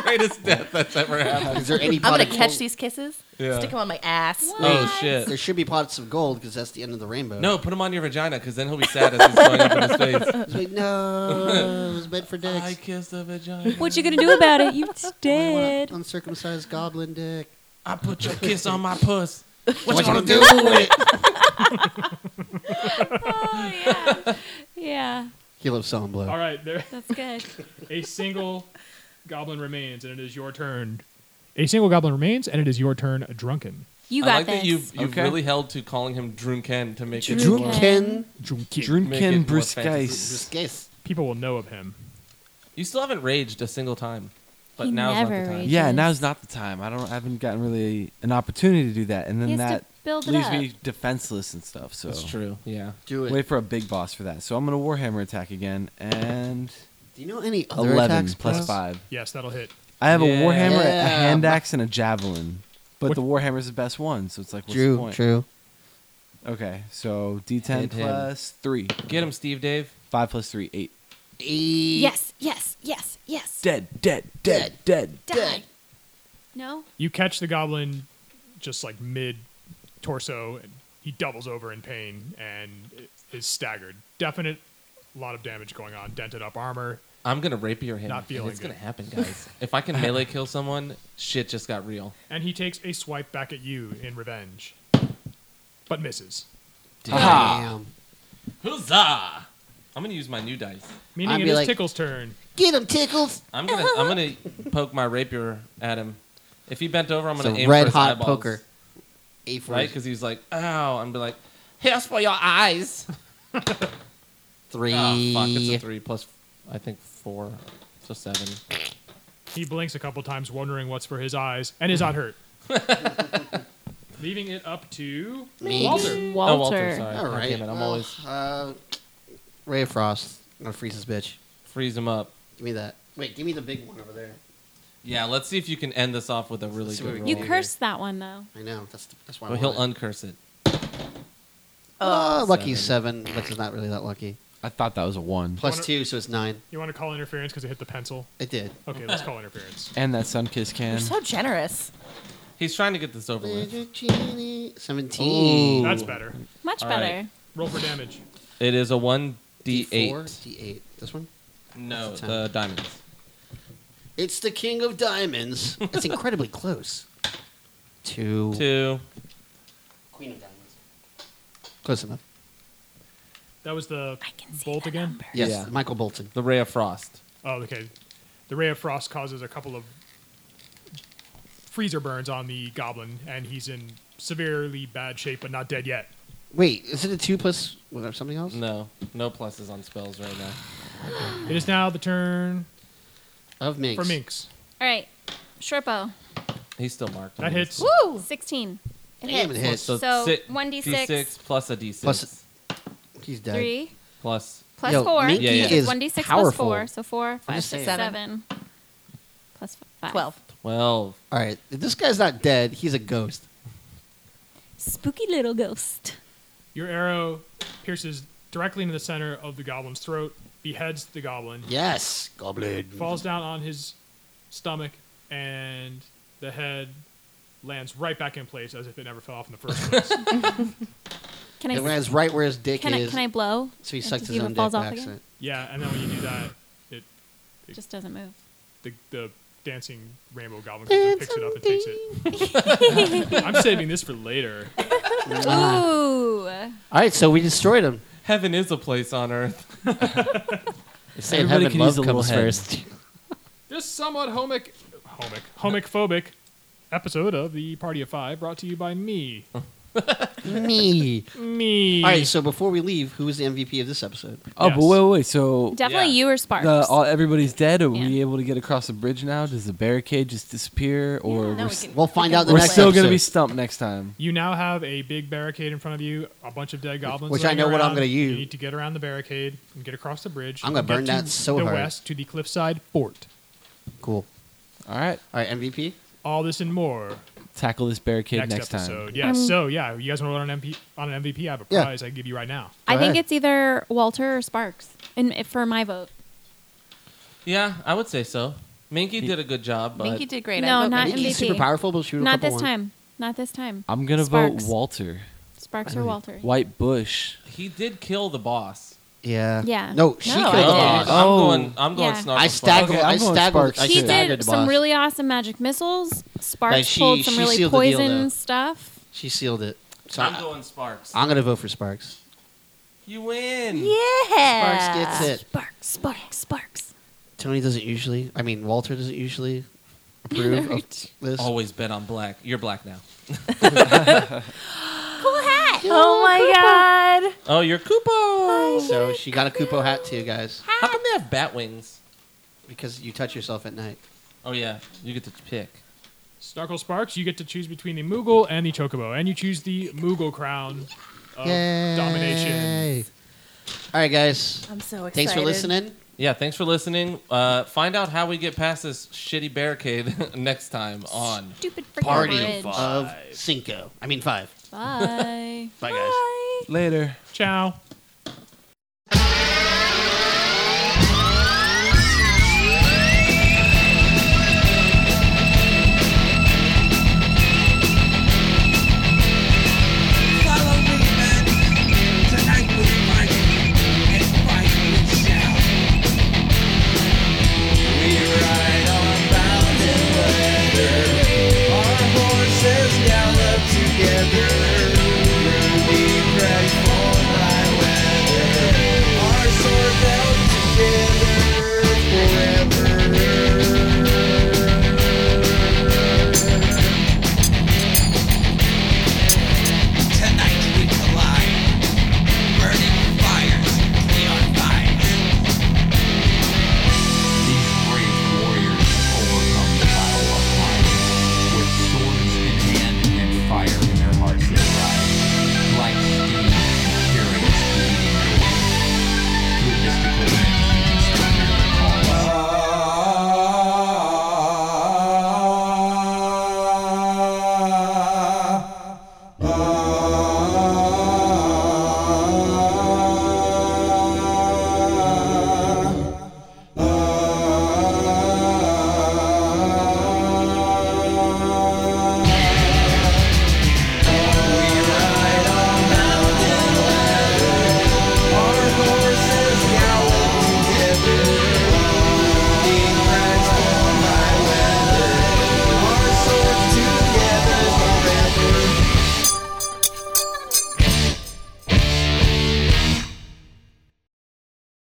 Greatest death that's ever happened.
Is there any pot
I'm
of
gonna catch
gold?
these kisses.
Yeah.
Stick them on my ass.
Oh,
There
shit.
should be pots of gold because that's the end of the rainbow.
No, put him on your vagina because then he'll be sad as he's going up in his
*laughs*
face.
It's like, no, it was meant for dicks.
I kissed a vagina.
What you gonna do about it? *laughs* You
Only one
dead.
uncircumcised goblin dick.
I put your kiss on my puss.
What, you gonna do with it?
Oh yeah, yeah.
He loves selling blow.
All right, there
That's good.
a single goblin remains, and it is your turn. A single goblin remains, and it is your turn, drunken.
You
I
got
like
this.
that you you
Okay.
really held to calling him Drunken to make it
Drunken.
more-
Ken
make it
Drunken
more
Bruskice.
fantasy.
Bruskis.
People will know of him.
You still haven't raged a single time, but
He
now's
never
not the time.
raged.
Yeah,
Yes.
now's not the time. I don't. I haven't gotten really an opportunity to do that, and
He
then
has to
that
build it
leaves
up.
me defenseless and stuff. So
That's true. Yeah.
Do it.
Wait for a big boss for that. So I'm gonna Warhammer attack again, and
Do you know any other
eleven
attacks?
plus
Buzz?
five.
Yes, that'll hit.
I have
Yeah.
a Warhammer, a
Yeah.
hand axe, and a javelin. But
What-
the Warhammer's the best one, so it's like what's the
True,
point?
true.
Okay, so D10
Hit him.
plus three,
Get him, Steve Dave.
five plus three, eight.
Yes, yes, yes, yes.
Dead, dead, dead, dead.
Die.
Dead.
No.
You catch the goblin just like mid torso, and he doubles over in pain and i- is staggered. Definite lot of damage going on. Dented up armor.
I'm gonna rapier him.
Not
and
feeling
It's gonna
good.
happen, guys. if I can melee kill someone, shit just got real.
And he takes a swipe back at you in revenge, but misses.
Damn.
Huzzah! I'm gonna use my new dice.
Meaning
I'd
it
be
is
like-
Tickle's turn.
Get him, Tickles.
I'm gonna I'm gonna
*laughs*
poke my rapier at him. If he bent over, I'm
It's
gonna
a
aim for
red
his
hot
eyeballs,
poker. A for
Right? Because he's like, ow. I'm be like, here's for your eyes.
three.
Oh, fuck, it's a three plus, I think four, so seven.
He blinks a couple times, wondering what's for his eyes, and is not hurt. Leaving it up to
Me.
Walter.
Oh, Walter,
Walter.
sorry.
All
God
right.
damn it, I'm
well,
always
Uh, Ray of Frost. I'm gonna freeze this bitch.
freeze him up.
Give me that. Wait, give me the big one over there.
Yeah, let's see if you can end this off with a really
see
good
what
roll.
we
You
can
cursed that one though.
I know. That's that's why.
Well,
I
he'll
want it.
uncurse it.
Oh, lucky seven, but it's not really that lucky.
I thought that was a one.
Plus
Wonder-
two, so it's nine.
You want to call interference because it hit the pencil?
It did.
Okay, let's call interference.
And that sun kiss
You're
can.
so generous.
He's trying to get this over
Mm-hmm.
with.
Seventeen.
Ooh.
That's better.
Much
All
better.
right.
Roll for damage.
It is a one d
four,
eight.
D eight. This one.
No,
That's a
the diamonds.
It's the king of diamonds. *laughs* It's incredibly close. Two.
Two.
Queen of diamonds. Close enough.
That was the
I can see
bolt
the
again.
number.
Yes,
Yeah.
Michael Bolton.
The ray of frost.
Oh, okay. The ray of frost causes a couple of freezer burns on the goblin, and he's in severely bad shape, but not dead yet.
Wait, is it a two plus was there something else?
No, no pluses on spells right now.
It is now the turn
Of Minx.
for Minx.
All right. Short bow.
He's still marked. on
That
this.
hits.
Woo! Sixteen. It
Damn, it hits.
So,
si-
one d6,
D6 plus a D6.
Plus- He's dead.
three
plus
plus
Yo,
four.
Minky
Yeah, yeah.
is
One d6 plus
powerful.
four, so four, five,
just
six,
saying.
seven. Plus five.
Twelve.
12.
All right, if this guy's not dead. He's a ghost.
Spooky little ghost.
Your arrow pierces directly into the center of the goblin's throat, beheads the goblin,
Yes, goblin.
falls down on his stomach, and the head lands right back in place as if it never fell off in the
*laughs*
first place.
Can
It
I?
lands right where his dick
Can I?
is.
Can I blow?
So he
And
sucks his
to see what
own dick
falls
by
off again?
accident.
yeah, and then when you do that, it
It just doesn't move.
the, the dancing rainbow goblin comes and picks it up and takes it. I'm saving this for later.
Ah.
Ooh.
All right, so we destroyed him.
Heaven is a place on earth.
They say in
Everybody
heaven
can
love
use a little
comes
head.
first. *laughs*
This somewhat homic, homic, homic phobic episode of the Party of Five brought to you by me.
Me.
Me.
All right, so before we leave, who was the MVP of this episode?
Oh,
Yes.
but wait, wait, wait. So
Definitely
Yeah.
you or Sparks.
the, all, everybody's dead. Are we
Yeah.
able to get across the bridge now? Does the barricade just disappear, or
No,
we're,
we
s-
can-
We'll
we
find
can
out the
we're
next
still gonna be
episode.
stumped next time?
you now have a big barricade in front of you, a bunch of dead goblins.
which I
laying
know what I'm
around.
gonna
You
use.
need to get around the barricade and get across the bridge.
I'm gonna
and get
burn that
to
so
the
hard.
west to the cliffside fort.
Cool.
All right,
All right, MVP.
All this and more
tackle this barricade
next,
next,
episode.
time.
Yeah. so yeah, you guys want to run an, MP, on an MVP? I have a
Yeah.
prize I can give you right now.
I
*laughs*
think
ahead.
it's either Walter or Sparks, and if- for my vote.
Yeah, I would say so. Minky did a good job, but
Minky did great. I
No,
vote
not
Minky.
Nikki's
MVP.
super powerful, but she would
Not
couple
this
one.
time. Not this time.
I'm gonna
Sparks.
vote Walter,
Sparks or Walter.
White Bush.
he did kill the boss.
Yeah.
Yeah.
No, she
No,
killed
I
the
didn't.
boss.
I'm
Oh.
going. I'm going.
Yeah.
Snarl
I
Fox.
staggered.
Okay,
I
I'm going
staggered.
Sparks,
I
too.
he
staggered
did
the
some
boss.
really awesome magic missiles. Sparks
Like, she-
pulled some
she
really
sealed the deal,
poison
though.
stuff.
She sealed it. So
I'm
I,
going Sparks.
I'm gonna vote for Sparks.
you win.
Yeah.
Sparks gets it.
Sparks, sparks, sparks.
Tony doesn't usually. I mean, Walter doesn't usually. approve
*laughs*
of this?
Always bet on black. You're black now.
Oh my god.
Oh, you're Koopo.
So she got a Kupo hat too, guys,
How come they have bat wings?
because you touch yourself at night.
Oh yeah, you get to pick.
Snarkle Sparks, you get to choose between the Moogle and the Chocobo, and you choose the Moogle crown of domination.
Yay. All right, guys.
I'm so excited.
Thanks for listening.
Yeah, thanks for listening. Uh, find out how we get past this shitty barricade *laughs* next time on.
Stupid freaking
Party
bridge.
of Cinco. I mean five.
Bye.
Bye, guys.
Later.
Ciao.